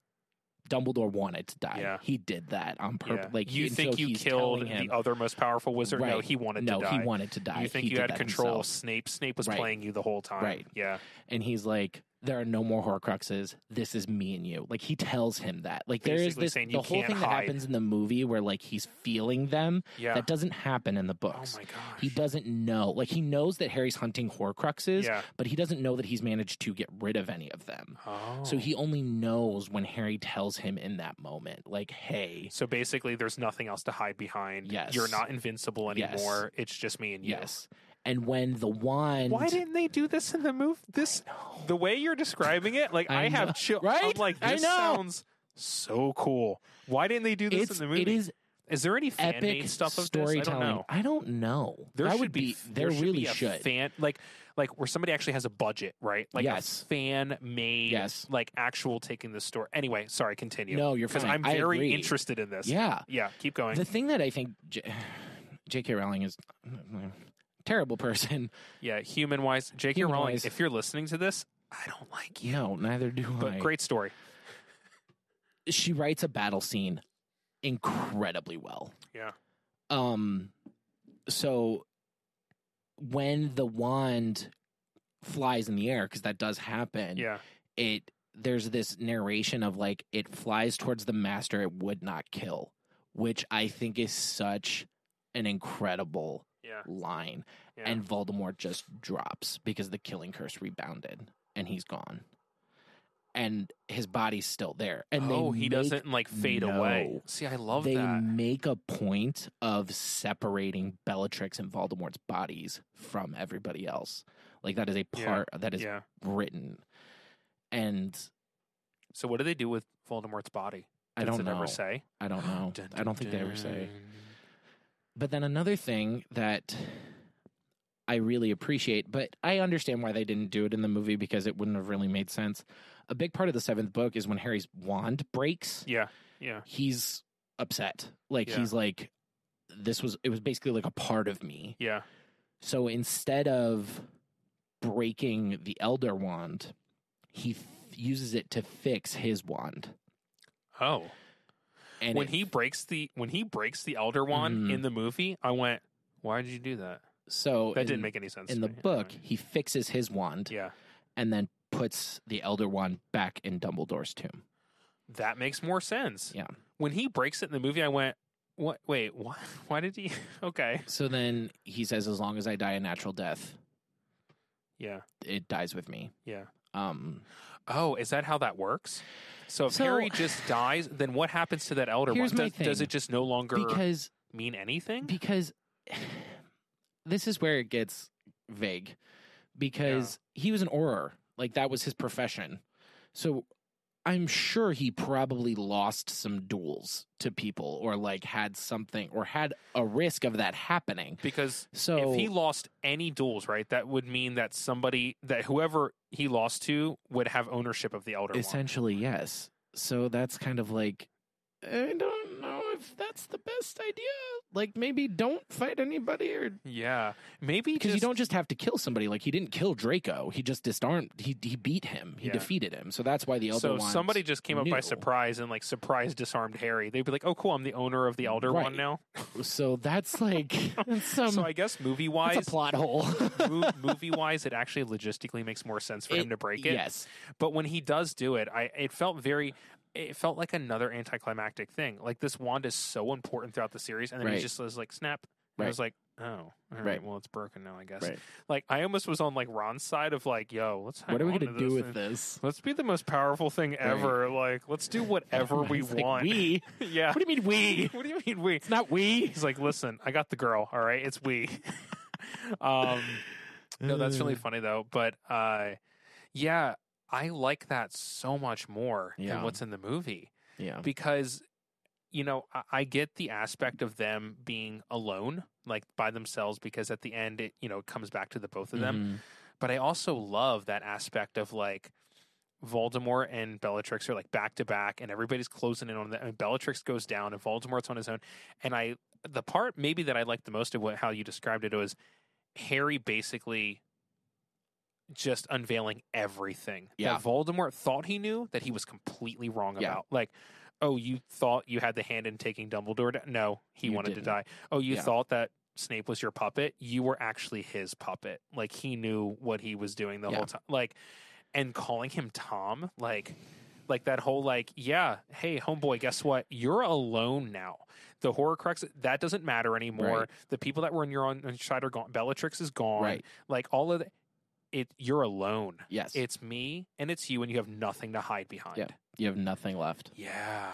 [SPEAKER 1] Dumbledore wanted to die.
[SPEAKER 2] Yeah.
[SPEAKER 1] He did that on purpose.
[SPEAKER 2] yeah.
[SPEAKER 1] Like
[SPEAKER 2] you
[SPEAKER 1] and
[SPEAKER 2] think
[SPEAKER 1] so
[SPEAKER 2] you
[SPEAKER 1] he's
[SPEAKER 2] killed
[SPEAKER 1] telling him,
[SPEAKER 2] the other most powerful wizard? No,
[SPEAKER 1] Right.
[SPEAKER 2] he wanted
[SPEAKER 1] No,
[SPEAKER 2] to die.
[SPEAKER 1] he wanted to die.
[SPEAKER 2] You think
[SPEAKER 1] He
[SPEAKER 2] you
[SPEAKER 1] did
[SPEAKER 2] had
[SPEAKER 1] that
[SPEAKER 2] control?
[SPEAKER 1] himself.
[SPEAKER 2] Snape. Snape was
[SPEAKER 1] Right.
[SPEAKER 2] playing you the whole time.
[SPEAKER 1] Right.
[SPEAKER 2] Yeah.
[SPEAKER 1] and he's like there are no more horcruxes this is me and you like he tells him that like there is
[SPEAKER 2] Basically
[SPEAKER 1] this
[SPEAKER 2] saying
[SPEAKER 1] the
[SPEAKER 2] you
[SPEAKER 1] whole
[SPEAKER 2] can't
[SPEAKER 1] thing that
[SPEAKER 2] hide.
[SPEAKER 1] happens in the movie where like he's feeling them
[SPEAKER 2] Yeah.
[SPEAKER 1] that doesn't happen in the
[SPEAKER 2] oh
[SPEAKER 1] books
[SPEAKER 2] my gosh.
[SPEAKER 1] he doesn't know like he knows that harry's hunting horcruxes
[SPEAKER 2] Yeah.
[SPEAKER 1] but he doesn't know that he's managed to get rid of any of them
[SPEAKER 2] Oh.
[SPEAKER 1] so he only knows when harry tells him in that moment like hey
[SPEAKER 2] So basically, there's nothing else to hide behind.
[SPEAKER 1] Yes.
[SPEAKER 2] You're not invincible
[SPEAKER 1] Yes.
[SPEAKER 2] anymore. It's just me and you.
[SPEAKER 1] yes and when the wand
[SPEAKER 2] Why didn't they do this in the move? This
[SPEAKER 1] No.
[SPEAKER 2] the way you're describing it, like
[SPEAKER 1] I
[SPEAKER 2] I,
[SPEAKER 1] know,
[SPEAKER 2] have chill. I'm
[SPEAKER 1] right?
[SPEAKER 2] like
[SPEAKER 1] I
[SPEAKER 2] this
[SPEAKER 1] know.
[SPEAKER 2] sounds so cool. Why didn't they do this
[SPEAKER 1] it's,
[SPEAKER 2] in the movie?
[SPEAKER 1] it is
[SPEAKER 2] Is there any fan
[SPEAKER 1] epic
[SPEAKER 2] made stuff of this? I
[SPEAKER 1] storytelling.
[SPEAKER 2] don't know.
[SPEAKER 1] I don't know.
[SPEAKER 2] There
[SPEAKER 1] that
[SPEAKER 2] should
[SPEAKER 1] would be, there,
[SPEAKER 2] should
[SPEAKER 1] really
[SPEAKER 2] be a
[SPEAKER 1] should.
[SPEAKER 2] fan like like where somebody actually has a budget, right? Like
[SPEAKER 1] Yes.
[SPEAKER 2] a fan made,
[SPEAKER 1] Yes.
[SPEAKER 2] like actual taking the story. Anyway, sorry, continue.
[SPEAKER 1] No, you're
[SPEAKER 2] because
[SPEAKER 1] fine.
[SPEAKER 2] I'm
[SPEAKER 1] I
[SPEAKER 2] very
[SPEAKER 1] agree.
[SPEAKER 2] interested in this.
[SPEAKER 1] Yeah.
[SPEAKER 2] yeah. Keep going.
[SPEAKER 1] The thing that I think J- J.K. Rowling is terrible person.
[SPEAKER 2] yeah, human wise, J.K.
[SPEAKER 1] Human
[SPEAKER 2] Rowling.
[SPEAKER 1] wise.
[SPEAKER 2] If you're listening to this, I don't like you,
[SPEAKER 1] No, neither do
[SPEAKER 2] but
[SPEAKER 1] I.
[SPEAKER 2] great story.
[SPEAKER 1] She writes a battle scene incredibly well.
[SPEAKER 2] Yeah.
[SPEAKER 1] Um. So when the wand flies in the air, because that does happen.
[SPEAKER 2] Yeah,
[SPEAKER 1] it there's this narration of like it flies towards the master it would not kill which i think is such an incredible
[SPEAKER 2] yeah,
[SPEAKER 1] line
[SPEAKER 2] yeah.
[SPEAKER 1] and voldemort just drops because the killing curse rebounded and he's gone and his body's still there and
[SPEAKER 2] oh,
[SPEAKER 1] they
[SPEAKER 2] he
[SPEAKER 1] make-
[SPEAKER 2] doesn't like fade away.
[SPEAKER 1] No.
[SPEAKER 2] See, I love
[SPEAKER 1] they
[SPEAKER 2] that.
[SPEAKER 1] make a point of separating bellatrix and voldemort's bodies from everybody else like that is a
[SPEAKER 2] Yeah.
[SPEAKER 1] part that is
[SPEAKER 2] Yeah.
[SPEAKER 1] written and
[SPEAKER 2] So what do they do with Voldemort's body?
[SPEAKER 1] I
[SPEAKER 2] Does
[SPEAKER 1] don't
[SPEAKER 2] it
[SPEAKER 1] know.
[SPEAKER 2] ever say?
[SPEAKER 1] I don't know.
[SPEAKER 2] Dun,
[SPEAKER 1] I don't
[SPEAKER 2] dun,
[SPEAKER 1] think they ever say.
[SPEAKER 2] dun.
[SPEAKER 1] But then another thing that I really appreciate, but I understand why they didn't do it in the movie because it wouldn't have really made sense. A big part of the seventh book is when Harry's wand breaks,
[SPEAKER 2] Yeah, yeah,
[SPEAKER 1] he's upset. Like
[SPEAKER 2] Yeah.
[SPEAKER 1] he's like this was it was basically like a part of me.
[SPEAKER 2] yeah.
[SPEAKER 1] So instead of breaking the elder wand, he f- uses it to fix his wand.
[SPEAKER 2] Oh,
[SPEAKER 1] And
[SPEAKER 2] when
[SPEAKER 1] it
[SPEAKER 2] he breaks the when he breaks the Elder Wand
[SPEAKER 1] Mhm.
[SPEAKER 2] in the movie, I went, "Why did you do that?"
[SPEAKER 1] so
[SPEAKER 2] That
[SPEAKER 1] in-
[SPEAKER 2] didn't make any sense
[SPEAKER 1] in
[SPEAKER 2] to
[SPEAKER 1] the
[SPEAKER 2] me.
[SPEAKER 1] book, he fixes his wand
[SPEAKER 2] Yeah,
[SPEAKER 1] and then puts the Elder Wand back in Dumbledore's tomb.
[SPEAKER 2] that makes more sense.
[SPEAKER 1] Yeah.
[SPEAKER 2] when he breaks it in the movie, I went, "What? Wait, what? Why did he?" okay,
[SPEAKER 1] So then he says, "As long as I die a natural death,
[SPEAKER 2] yeah,
[SPEAKER 1] it dies with me."
[SPEAKER 2] yeah.
[SPEAKER 1] Um,
[SPEAKER 2] Oh, is that how that works? So if
[SPEAKER 1] So-
[SPEAKER 2] Harry just dies, then what happens to that Elder
[SPEAKER 1] Here's
[SPEAKER 2] Wand?
[SPEAKER 1] my
[SPEAKER 2] Does, does
[SPEAKER 1] thing.
[SPEAKER 2] it just no longer
[SPEAKER 1] because
[SPEAKER 2] mean anything?
[SPEAKER 1] because this is where it gets vague because he was an Auror, like that was his profession. So I'm sure he probably lost some duels to people or like had something or had a risk of that happening.
[SPEAKER 2] because
[SPEAKER 1] So
[SPEAKER 2] if he lost any duels, right, that would mean that somebody that whoever he lost to would have ownership of the Elder Wand.
[SPEAKER 1] essentially yes. So that's kind of like I don't know if that's the best idea. Like maybe don't fight anybody or
[SPEAKER 2] Yeah, maybe
[SPEAKER 1] because you
[SPEAKER 2] just-
[SPEAKER 1] don't just have to kill somebody. Like he didn't kill Draco. He just disarmed. He he beat him. He
[SPEAKER 2] Yeah.
[SPEAKER 1] defeated him. So that's why the Elder
[SPEAKER 2] so if
[SPEAKER 1] Wand.
[SPEAKER 2] somebody just came up by
[SPEAKER 1] new.
[SPEAKER 2] surprise and like surprise disarmed Harry. They'd be like, "Oh, cool! I'm the owner of the Elder
[SPEAKER 1] Right.
[SPEAKER 2] Wand now."
[SPEAKER 1] So that's like that's some
[SPEAKER 2] so I guess movie wise,
[SPEAKER 1] that's a plot hole.
[SPEAKER 2] movie wise, it actually logistically makes more sense for him
[SPEAKER 1] It-
[SPEAKER 2] to break it.
[SPEAKER 1] yes,
[SPEAKER 2] But when he does do it, I it felt very. It felt like another anticlimactic thing. Like this wand is so important throughout the series, and then he
[SPEAKER 1] Right.
[SPEAKER 2] just was like, "Snap!" And I
[SPEAKER 1] Right.
[SPEAKER 2] was like, "Oh, all right,
[SPEAKER 1] Right.
[SPEAKER 2] Well, it's broken now, I guess."
[SPEAKER 1] Right.
[SPEAKER 2] Like I almost was on like Ron's side of like, "Yo, let's hang
[SPEAKER 1] what are we
[SPEAKER 2] on
[SPEAKER 1] gonna
[SPEAKER 2] to
[SPEAKER 1] do
[SPEAKER 2] this
[SPEAKER 1] with
[SPEAKER 2] and-
[SPEAKER 1] this?
[SPEAKER 2] Let's be the most powerful thing ever. Like, let's do whatever we
[SPEAKER 1] It's like,
[SPEAKER 2] want.
[SPEAKER 1] we?
[SPEAKER 2] yeah.
[SPEAKER 1] What do you mean we?
[SPEAKER 2] what do you mean we?
[SPEAKER 1] It's not we.
[SPEAKER 2] He's like, listen, I got the girl. All right, it's we. um, no, that's really
[SPEAKER 1] Uh,
[SPEAKER 2] funny though. But uh, yeah, I like that so much more
[SPEAKER 1] Yeah.
[SPEAKER 2] than what's in the movie
[SPEAKER 1] yeah.
[SPEAKER 2] because you know I, I get the aspect of them being alone, like by themselves, because at the end it you know comes back to the both of them.
[SPEAKER 1] Mm-hmm.
[SPEAKER 2] But I also love that aspect of like. Voldemort and Bellatrix are like back to back, and everybody's closing in on that. And Bellatrix goes down, and Voldemort's on his own. And I, the part maybe that I liked the most of what how you described it was Harry basically just unveiling everything
[SPEAKER 1] Yeah.
[SPEAKER 2] that Voldemort thought he knew that he was completely wrong
[SPEAKER 1] Yeah.
[SPEAKER 2] about. Like, oh, you thought you had the hand in taking Dumbledore? down? No, he
[SPEAKER 1] You
[SPEAKER 2] wanted to
[SPEAKER 1] didn't.
[SPEAKER 2] die. Oh, you
[SPEAKER 1] Yeah.
[SPEAKER 2] thought that Snape was your puppet? You were actually his puppet. Like he knew what he was doing the
[SPEAKER 1] Yeah.
[SPEAKER 2] whole time. Like, and calling him Tom, like, like that whole like, yeah, hey, homeboy, guess what? You're alone now. The Horcrux that doesn't matter anymore.
[SPEAKER 1] Right.
[SPEAKER 2] The people that were on your own side are gone. Bellatrix is gone.
[SPEAKER 1] Right.
[SPEAKER 2] Like all of the, it, you're alone.
[SPEAKER 1] Yes.
[SPEAKER 2] It's me and it's you, and you have nothing to hide behind.
[SPEAKER 1] Yeah. you have nothing left.
[SPEAKER 2] Yeah.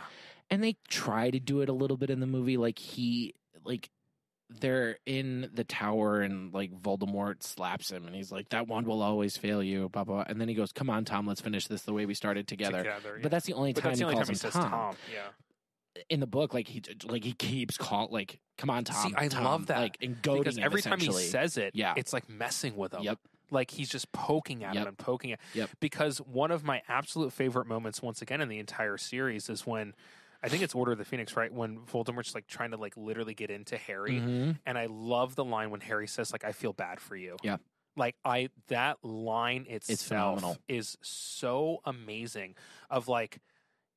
[SPEAKER 1] and they try to do it a little bit in the movie like he like they're in the tower and like Voldemort slaps him and he's like that wand will always fail you blah blah, blah. and then he goes come on Tom let's finish this the way we started together,
[SPEAKER 2] yeah.
[SPEAKER 1] but that's the only
[SPEAKER 2] But
[SPEAKER 1] time
[SPEAKER 2] that's the only
[SPEAKER 1] he
[SPEAKER 2] time
[SPEAKER 1] calls
[SPEAKER 2] he
[SPEAKER 1] him
[SPEAKER 2] says
[SPEAKER 1] Tom.
[SPEAKER 2] Tom. Yeah.
[SPEAKER 1] in the book like he like he keeps call like come on Tom
[SPEAKER 2] See, I
[SPEAKER 1] Tom,"
[SPEAKER 2] love that,
[SPEAKER 1] like and goading
[SPEAKER 2] because
[SPEAKER 1] him,
[SPEAKER 2] every time he
[SPEAKER 1] essentially.
[SPEAKER 2] says it,
[SPEAKER 1] Yeah.
[SPEAKER 2] it's like messing with him.
[SPEAKER 1] yep
[SPEAKER 2] Like he's just poking at
[SPEAKER 1] Yep.
[SPEAKER 2] him and poking at.
[SPEAKER 1] Yep.
[SPEAKER 2] Because one of my absolute favorite moments, once again in the entire series, is when I think it's Order of the Phoenix, right? When Voldemort's like trying to like literally get into Harry,
[SPEAKER 1] Mhm.
[SPEAKER 2] and I love the line when Harry says like I feel bad for you.
[SPEAKER 1] Yeah.
[SPEAKER 2] Like I that line itself
[SPEAKER 1] phenomenal.
[SPEAKER 2] is so amazing of like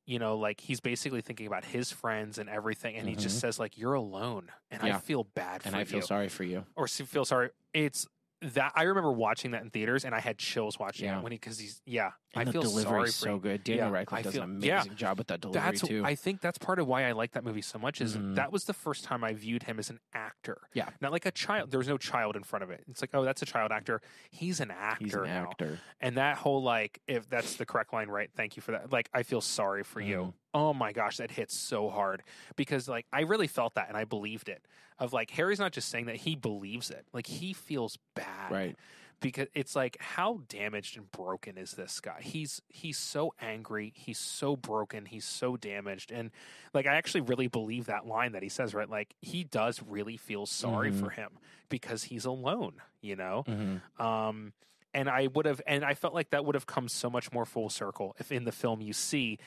[SPEAKER 2] you know like he's basically thinking about his friends and everything and he just says like you're alone and I
[SPEAKER 1] Mm-hmm. Yeah.
[SPEAKER 2] feel bad for
[SPEAKER 1] and I feel
[SPEAKER 2] you
[SPEAKER 1] sorry for you
[SPEAKER 2] or s- feel sorry it's that I remember watching that in theaters and I had chills watching
[SPEAKER 1] Yeah.
[SPEAKER 2] it when he cuz he's yeah
[SPEAKER 1] and
[SPEAKER 2] I
[SPEAKER 1] the
[SPEAKER 2] feel sorry
[SPEAKER 1] delivery
[SPEAKER 2] for
[SPEAKER 1] is so
[SPEAKER 2] you.
[SPEAKER 1] good Daniel
[SPEAKER 2] Yeah, I
[SPEAKER 1] Radcliffe does
[SPEAKER 2] feel-
[SPEAKER 1] an
[SPEAKER 2] yeah.
[SPEAKER 1] amazing job with that delivery
[SPEAKER 2] That's
[SPEAKER 1] too
[SPEAKER 2] I think that's part of why I like that movie so much is
[SPEAKER 1] Mhm.
[SPEAKER 2] that was the first time I viewed him as an actor.
[SPEAKER 1] Yeah.
[SPEAKER 2] Not like a child. There was no child in front of it. It's like, oh, that's a child actor. He's an actor
[SPEAKER 1] he's an
[SPEAKER 2] now.
[SPEAKER 1] actor
[SPEAKER 2] And that whole like, if that's the correct line, right? Thank you for that. Like, I feel sorry for you.
[SPEAKER 1] Mm-hmm.
[SPEAKER 2] Oh my gosh, that hits so hard because like I really felt that and I believed it. Of like Harry's not just saying that he believes it. Like he feels bad
[SPEAKER 1] right
[SPEAKER 2] because it's like how damaged and broken is this guy he's he's so angry he's so broken he's so damaged and like i actually really believe that line that he says right like he does really feel sorry
[SPEAKER 1] Mhm.
[SPEAKER 2] for him because he's alone you know
[SPEAKER 1] Mhm.
[SPEAKER 2] um and i would have and i felt like that would have come so much more full circle if in the film you see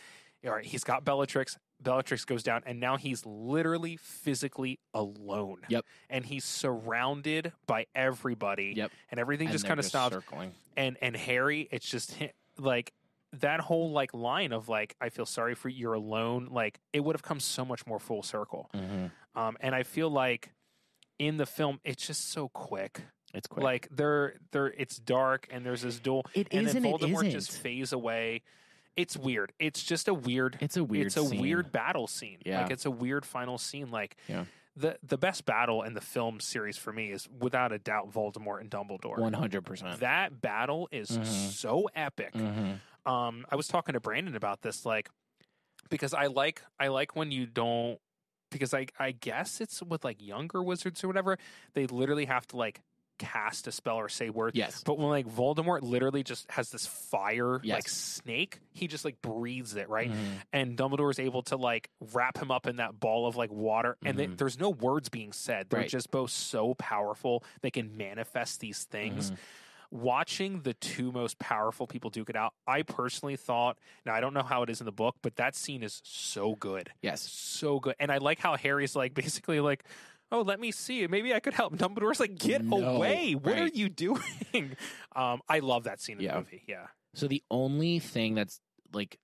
[SPEAKER 2] all right he's got bellatrix bellatrix goes down and now he's literally physically alone
[SPEAKER 1] Yep.
[SPEAKER 2] and he's surrounded by everybody
[SPEAKER 1] Yep.
[SPEAKER 2] and everything
[SPEAKER 1] And
[SPEAKER 2] just
[SPEAKER 1] they're
[SPEAKER 2] kind of stops
[SPEAKER 1] circling
[SPEAKER 2] and and Harry, it's just hi- like that whole like line of like I feel sorry for you, you're alone. Like it would have come so much more full circle.
[SPEAKER 1] Mhm.
[SPEAKER 2] Um, and I feel like in the film, it's just so quick.
[SPEAKER 1] it's quick
[SPEAKER 2] Like they're they're it's dark and there's this duel,
[SPEAKER 1] It
[SPEAKER 2] and
[SPEAKER 1] isn't.
[SPEAKER 2] then
[SPEAKER 1] It
[SPEAKER 2] Voldemort
[SPEAKER 1] isn't.
[SPEAKER 2] just phase away. It's weird. It's just a weird
[SPEAKER 1] it's a weird.
[SPEAKER 2] it's a
[SPEAKER 1] scene.
[SPEAKER 2] weird battle scene.
[SPEAKER 1] Yeah.
[SPEAKER 2] Like it's a weird final scene. Like
[SPEAKER 1] Yeah.
[SPEAKER 2] the the best battle in the film series for me is without a doubt Voldemort and Dumbledore.
[SPEAKER 1] One hundred percent. Mm-hmm.
[SPEAKER 2] That battle is
[SPEAKER 1] Mhm.
[SPEAKER 2] so epic.
[SPEAKER 1] Mm.
[SPEAKER 2] Um, I was talking to Brandon about this, like because I like I like when you don't because I I guess it's with like younger wizards or whatever they literally have to like cast a spell or say words.
[SPEAKER 1] Yes.
[SPEAKER 2] But when like Voldemort literally just has this fire
[SPEAKER 1] Yes.
[SPEAKER 2] like snake, he just like breathes it, right?
[SPEAKER 1] Mhm.
[SPEAKER 2] And Dumbledore is able to like wrap him up in that ball of like water. And then
[SPEAKER 1] Mhm.
[SPEAKER 2] there's no words being said. They're
[SPEAKER 1] Right.
[SPEAKER 2] just both so powerful. They can manifest these things.
[SPEAKER 1] Mhm.
[SPEAKER 2] Watching the two most powerful people duke it out, I personally thought, now I don't know how it is in the book, but that scene is so good
[SPEAKER 1] Yes.
[SPEAKER 2] so good. And I like how Harry's like basically like, oh, let me see. Maybe I could help. Dumbledore's like, get
[SPEAKER 1] No,
[SPEAKER 2] away. What are
[SPEAKER 1] right.
[SPEAKER 2] you doing? um, I love that scene in
[SPEAKER 1] Yeah.
[SPEAKER 2] the movie. Yeah.
[SPEAKER 1] So the only thing that's like,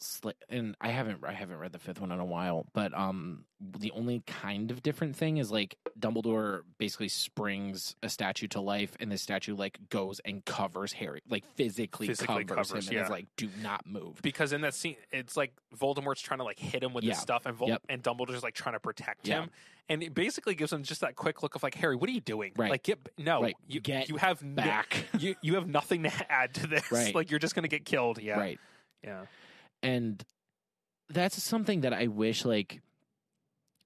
[SPEAKER 1] sli- and I haven't I haven't read the fifth one in a while, but um, the only kind of different thing is like Dumbledore basically springs a statue to life, and the statue like goes and covers Harry, like physically,
[SPEAKER 2] Physically
[SPEAKER 1] covers,
[SPEAKER 2] covers,
[SPEAKER 1] him, and
[SPEAKER 2] yeah.
[SPEAKER 1] is like, "Do not move."
[SPEAKER 2] Because in that scene, it's like Voldemort's trying to like hit him with his
[SPEAKER 1] Yeah.
[SPEAKER 2] stuff and Vol-
[SPEAKER 1] Yep.
[SPEAKER 2] and Dumbledore's like trying to protect
[SPEAKER 1] Yeah.
[SPEAKER 2] him. And it basically gives him just that quick look of like, Harry, what are you doing?
[SPEAKER 1] Right.
[SPEAKER 2] Like, get, no,
[SPEAKER 1] Right.
[SPEAKER 2] you,
[SPEAKER 1] Get
[SPEAKER 2] you have no-
[SPEAKER 1] Back,
[SPEAKER 2] you, you have nothing to add to this.
[SPEAKER 1] Right.
[SPEAKER 2] Like, you're just going to get killed. Yeah.
[SPEAKER 1] right?
[SPEAKER 2] Yeah.
[SPEAKER 1] and that's something that I wish like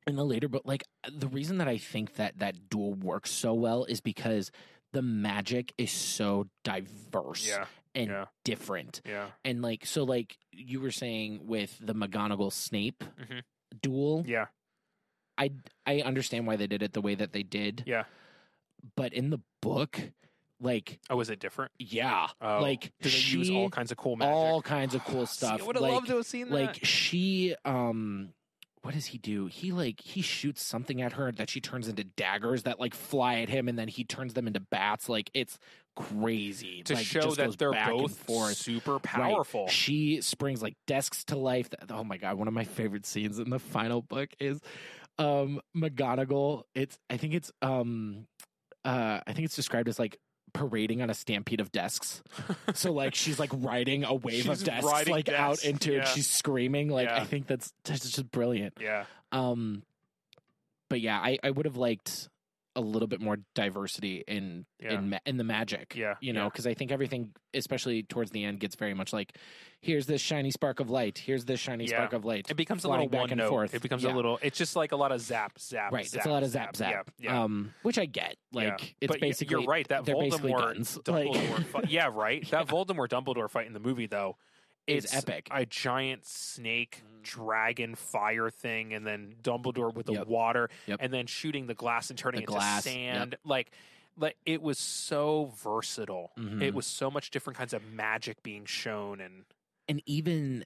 [SPEAKER 1] in the later but like the reason that I think that that duel works so well is because the magic is so diverse
[SPEAKER 2] Yeah.
[SPEAKER 1] and
[SPEAKER 2] yeah.
[SPEAKER 1] different.
[SPEAKER 2] Yeah.
[SPEAKER 1] And like so like you were saying with the McGonagall Snape
[SPEAKER 2] Mhm.
[SPEAKER 1] duel,
[SPEAKER 2] Yeah.
[SPEAKER 1] I I understand why they did it the way that they did.
[SPEAKER 2] Yeah.
[SPEAKER 1] But in the book, like
[SPEAKER 2] Oh, is it different?
[SPEAKER 1] yeah,
[SPEAKER 2] Oh.
[SPEAKER 1] like
[SPEAKER 2] do they use all
[SPEAKER 1] she-
[SPEAKER 2] kinds of cool magic?
[SPEAKER 1] all kinds of cool
[SPEAKER 2] See,
[SPEAKER 1] stuff.
[SPEAKER 2] I would have
[SPEAKER 1] like,
[SPEAKER 2] loved to have seen that.
[SPEAKER 1] like she um what does he do he like he shoots something at her that she turns into daggers that like fly at him and then he turns them into bats like it's crazy
[SPEAKER 2] to
[SPEAKER 1] Like,
[SPEAKER 2] show
[SPEAKER 1] just goes
[SPEAKER 2] that they're
[SPEAKER 1] back and
[SPEAKER 2] both
[SPEAKER 1] forth.
[SPEAKER 2] super powerful.
[SPEAKER 1] she springs like desks to life That- oh my god one of my favorite scenes in the final book is um McGonagall it's i think it's um uh i think it's described as like parading on a stampede of desks so like she's like riding a wave
[SPEAKER 2] She's
[SPEAKER 1] of desks
[SPEAKER 2] riding
[SPEAKER 1] like
[SPEAKER 2] desks,
[SPEAKER 1] out into
[SPEAKER 2] yeah.
[SPEAKER 1] it. She's screaming. Like
[SPEAKER 2] Yeah.
[SPEAKER 1] I think that's that's just brilliant.
[SPEAKER 2] yeah,
[SPEAKER 1] Um but yeah, I, I would have liked a little bit more diversity in
[SPEAKER 2] yeah,
[SPEAKER 1] in ma- in the magic.
[SPEAKER 2] Yeah,
[SPEAKER 1] You know,
[SPEAKER 2] yeah.
[SPEAKER 1] because I think everything, especially towards the end, gets very much like here's this shiny spark of light, here's this shiny
[SPEAKER 2] Yeah.
[SPEAKER 1] spark of light.
[SPEAKER 2] it becomes a
[SPEAKER 1] flying
[SPEAKER 2] little
[SPEAKER 1] back
[SPEAKER 2] one
[SPEAKER 1] and
[SPEAKER 2] note.
[SPEAKER 1] forth.
[SPEAKER 2] It becomes a
[SPEAKER 1] Yeah.
[SPEAKER 2] little. It's just like a lot of zap, zap,
[SPEAKER 1] right.
[SPEAKER 2] Zap,
[SPEAKER 1] it's a lot of zap zap.
[SPEAKER 2] Yeah, yeah.
[SPEAKER 1] Um which I get.
[SPEAKER 2] Yeah.
[SPEAKER 1] Like it's
[SPEAKER 2] but y-
[SPEAKER 1] basically
[SPEAKER 2] you're right. That
[SPEAKER 1] they're basically
[SPEAKER 2] Voldemort,
[SPEAKER 1] guns. Like-
[SPEAKER 2] Dumbledore fight. Yeah, right. That Voldemort Dumbledore fight in the movie though
[SPEAKER 1] Is
[SPEAKER 2] it's
[SPEAKER 1] epic.
[SPEAKER 2] A giant snake,
[SPEAKER 1] Mm.
[SPEAKER 2] dragon, fire thing, and then Dumbledore with the
[SPEAKER 1] Yep.
[SPEAKER 2] water,
[SPEAKER 1] Yep.
[SPEAKER 2] and then shooting the glass and turning
[SPEAKER 1] The
[SPEAKER 2] it
[SPEAKER 1] glass,
[SPEAKER 2] to
[SPEAKER 1] yep.
[SPEAKER 2] sand. Like, like it was so versatile.
[SPEAKER 1] Mhm.
[SPEAKER 2] It was so much different kinds of magic being shown, and
[SPEAKER 1] and even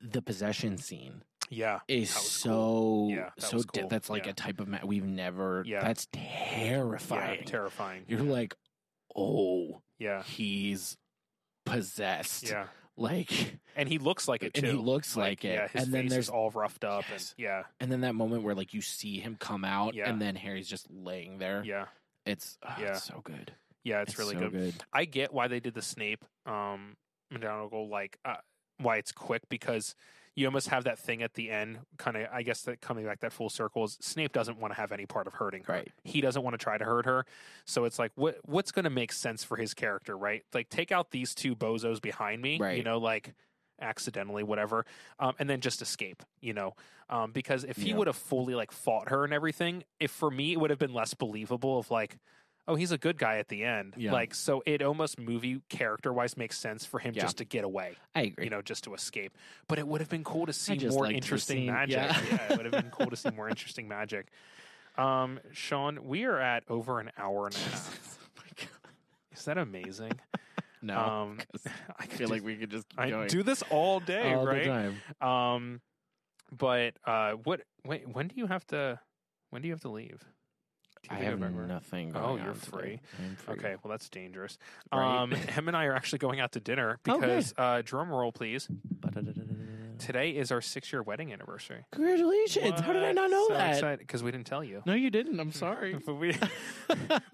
[SPEAKER 1] the possession scene
[SPEAKER 2] yeah,
[SPEAKER 1] is
[SPEAKER 2] That was
[SPEAKER 1] so
[SPEAKER 2] cool. Yeah, that
[SPEAKER 1] so
[SPEAKER 2] was
[SPEAKER 1] di-
[SPEAKER 2] cool.
[SPEAKER 1] that's like
[SPEAKER 2] Yeah.
[SPEAKER 1] a type of ma- we've never
[SPEAKER 2] Yeah.
[SPEAKER 1] that's
[SPEAKER 2] yeah,
[SPEAKER 1] terrifying
[SPEAKER 2] terrifying.
[SPEAKER 1] you're like oh
[SPEAKER 2] Yeah,
[SPEAKER 1] he's possessed
[SPEAKER 2] yeah,
[SPEAKER 1] like
[SPEAKER 2] and he looks like it too.
[SPEAKER 1] and he looks like, it
[SPEAKER 2] yeah, his
[SPEAKER 1] and then
[SPEAKER 2] face is
[SPEAKER 1] there's
[SPEAKER 2] all roughed up,
[SPEAKER 1] Yes.
[SPEAKER 2] and yeah,
[SPEAKER 1] and then that moment where like you see him come out
[SPEAKER 2] Yeah.
[SPEAKER 1] and then harry's just laying there
[SPEAKER 2] yeah,
[SPEAKER 1] it's, oh,
[SPEAKER 2] Yeah.
[SPEAKER 1] it's so good
[SPEAKER 2] yeah. It's, really
[SPEAKER 1] so
[SPEAKER 2] good. I get why they did the Snape um McGonagall like uh, why it's quick because you almost have that thing at the end kind of I guess that coming back that full circle is Snape doesn't want to have any part of hurting her.
[SPEAKER 1] Right.
[SPEAKER 2] He doesn't want to try to hurt her. So it's like what what's going to make sense for his character, right? Like take out these two bozos behind me, you
[SPEAKER 1] Right.
[SPEAKER 2] know, like accidentally whatever um, and then just escape you know um, because if he
[SPEAKER 1] Yeah.
[SPEAKER 2] would have fully like fought her and everything if for me it would have been less believable of like oh he's a good guy at the end
[SPEAKER 1] Yeah.
[SPEAKER 2] like so it almost movie character wise makes sense for him
[SPEAKER 1] Yeah.
[SPEAKER 2] just to get away
[SPEAKER 1] i agree
[SPEAKER 2] you know just to escape but it would have been cool to see
[SPEAKER 1] just
[SPEAKER 2] more
[SPEAKER 1] liked her
[SPEAKER 2] interesting
[SPEAKER 1] scene.
[SPEAKER 2] magic
[SPEAKER 1] Yeah.
[SPEAKER 2] it would have been cool to see more interesting magic um sean we are at over an hour and a half
[SPEAKER 1] Jesus, oh my God.
[SPEAKER 2] is that amazing
[SPEAKER 1] no
[SPEAKER 2] um
[SPEAKER 1] 'cause
[SPEAKER 2] i
[SPEAKER 1] i
[SPEAKER 2] could
[SPEAKER 1] feel
[SPEAKER 2] just-
[SPEAKER 1] like we could just keep
[SPEAKER 2] I
[SPEAKER 1] going
[SPEAKER 2] do this all day
[SPEAKER 1] all
[SPEAKER 2] right
[SPEAKER 1] the time
[SPEAKER 2] um, but uh, what? Wait, when do you have to? When do you have to leave? Do you
[SPEAKER 1] i
[SPEAKER 2] think
[SPEAKER 1] have
[SPEAKER 2] remember?
[SPEAKER 1] nothing
[SPEAKER 2] Oh,
[SPEAKER 1] going
[SPEAKER 2] you're
[SPEAKER 1] on today.
[SPEAKER 2] free.
[SPEAKER 1] I'm free.
[SPEAKER 2] Okay, well that's dangerous.
[SPEAKER 1] Right?
[SPEAKER 2] Um, him and I are actually going out to dinner
[SPEAKER 1] Oh, good.
[SPEAKER 2] because uh, drum roll, please. Today is our six-year wedding anniversary.
[SPEAKER 1] Congratulations! How did I not know that?
[SPEAKER 2] Because we didn't tell you.
[SPEAKER 1] No, you didn't. I'm sorry.
[SPEAKER 2] But we-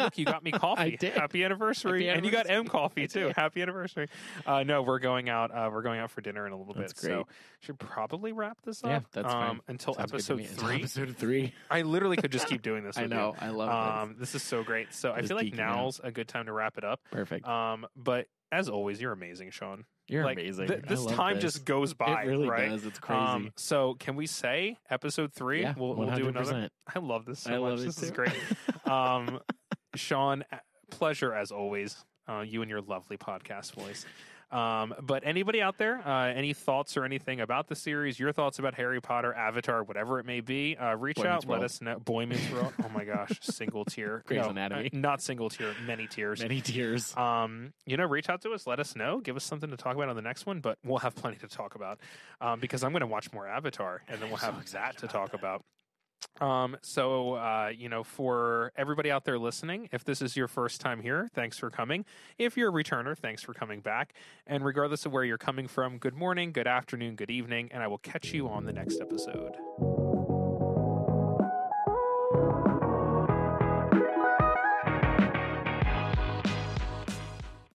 [SPEAKER 2] Look, you got me coffee.
[SPEAKER 1] I did.
[SPEAKER 2] Happy anniversary.
[SPEAKER 1] Happy
[SPEAKER 2] and you got
[SPEAKER 1] anniversary.
[SPEAKER 2] M coffee
[SPEAKER 1] I
[SPEAKER 2] too.
[SPEAKER 1] did.
[SPEAKER 2] Happy anniversary. Uh, no, we're going out. Uh, we're going out for dinner in a little
[SPEAKER 1] That's
[SPEAKER 2] bit. So
[SPEAKER 1] great.
[SPEAKER 2] should probably wrap this up. um,
[SPEAKER 1] Yeah, that's fine.
[SPEAKER 2] Until
[SPEAKER 1] Sounds good to
[SPEAKER 2] episode
[SPEAKER 1] me. Until
[SPEAKER 2] three.
[SPEAKER 1] Episode three.
[SPEAKER 2] I literally could just keep doing this.
[SPEAKER 1] I
[SPEAKER 2] with you.
[SPEAKER 1] know. I love
[SPEAKER 2] Um, this is so great. So I
[SPEAKER 1] Just
[SPEAKER 2] feel like
[SPEAKER 1] geeking out.
[SPEAKER 2] now's a good time to wrap it up.
[SPEAKER 1] this. Perfect.
[SPEAKER 2] Um, but as always, you're amazing, Sean.
[SPEAKER 1] You're
[SPEAKER 2] like,
[SPEAKER 1] amazing.
[SPEAKER 2] th-
[SPEAKER 1] I
[SPEAKER 2] this
[SPEAKER 1] love
[SPEAKER 2] time
[SPEAKER 1] this.
[SPEAKER 2] just goes by,
[SPEAKER 1] it really
[SPEAKER 2] right?
[SPEAKER 1] does. It's crazy.
[SPEAKER 2] Um, so can we say episode three?
[SPEAKER 1] yeah,
[SPEAKER 2] we'll, we'll do another.
[SPEAKER 1] 100%.
[SPEAKER 2] I love this so
[SPEAKER 1] I
[SPEAKER 2] much.
[SPEAKER 1] love it
[SPEAKER 2] this is
[SPEAKER 1] too.
[SPEAKER 2] great. Um, Sean, pleasure as always. Uh, you and your lovely podcast voice. Um, but anybody out there, uh, any thoughts or anything about the series, your thoughts about Harry Potter, Avatar, whatever it may be, uh, reach
[SPEAKER 1] Boy
[SPEAKER 2] out,
[SPEAKER 1] Meets
[SPEAKER 2] let
[SPEAKER 1] World.
[SPEAKER 2] us know. Boy Meets World. Oh my gosh, single tier.
[SPEAKER 1] Grey's
[SPEAKER 2] No,
[SPEAKER 1] Anatomy.
[SPEAKER 2] uh, not single tier, many tiers.
[SPEAKER 1] Many tears.
[SPEAKER 2] Um, you know, reach out to us, let us know, give us something to talk about on the next one, but we'll have plenty to talk about um, because I'm going to watch more Avatar and then we'll
[SPEAKER 1] I'm so
[SPEAKER 2] have that
[SPEAKER 1] excited
[SPEAKER 2] to
[SPEAKER 1] about
[SPEAKER 2] talk
[SPEAKER 1] that.
[SPEAKER 2] about. Um, so, uh, you know, for everybody out there listening, if this is your first time here, thanks for coming. If you're a returner, thanks for coming back. And regardless of where you're coming from, good morning, good afternoon, good evening, and I will catch you on the next episode.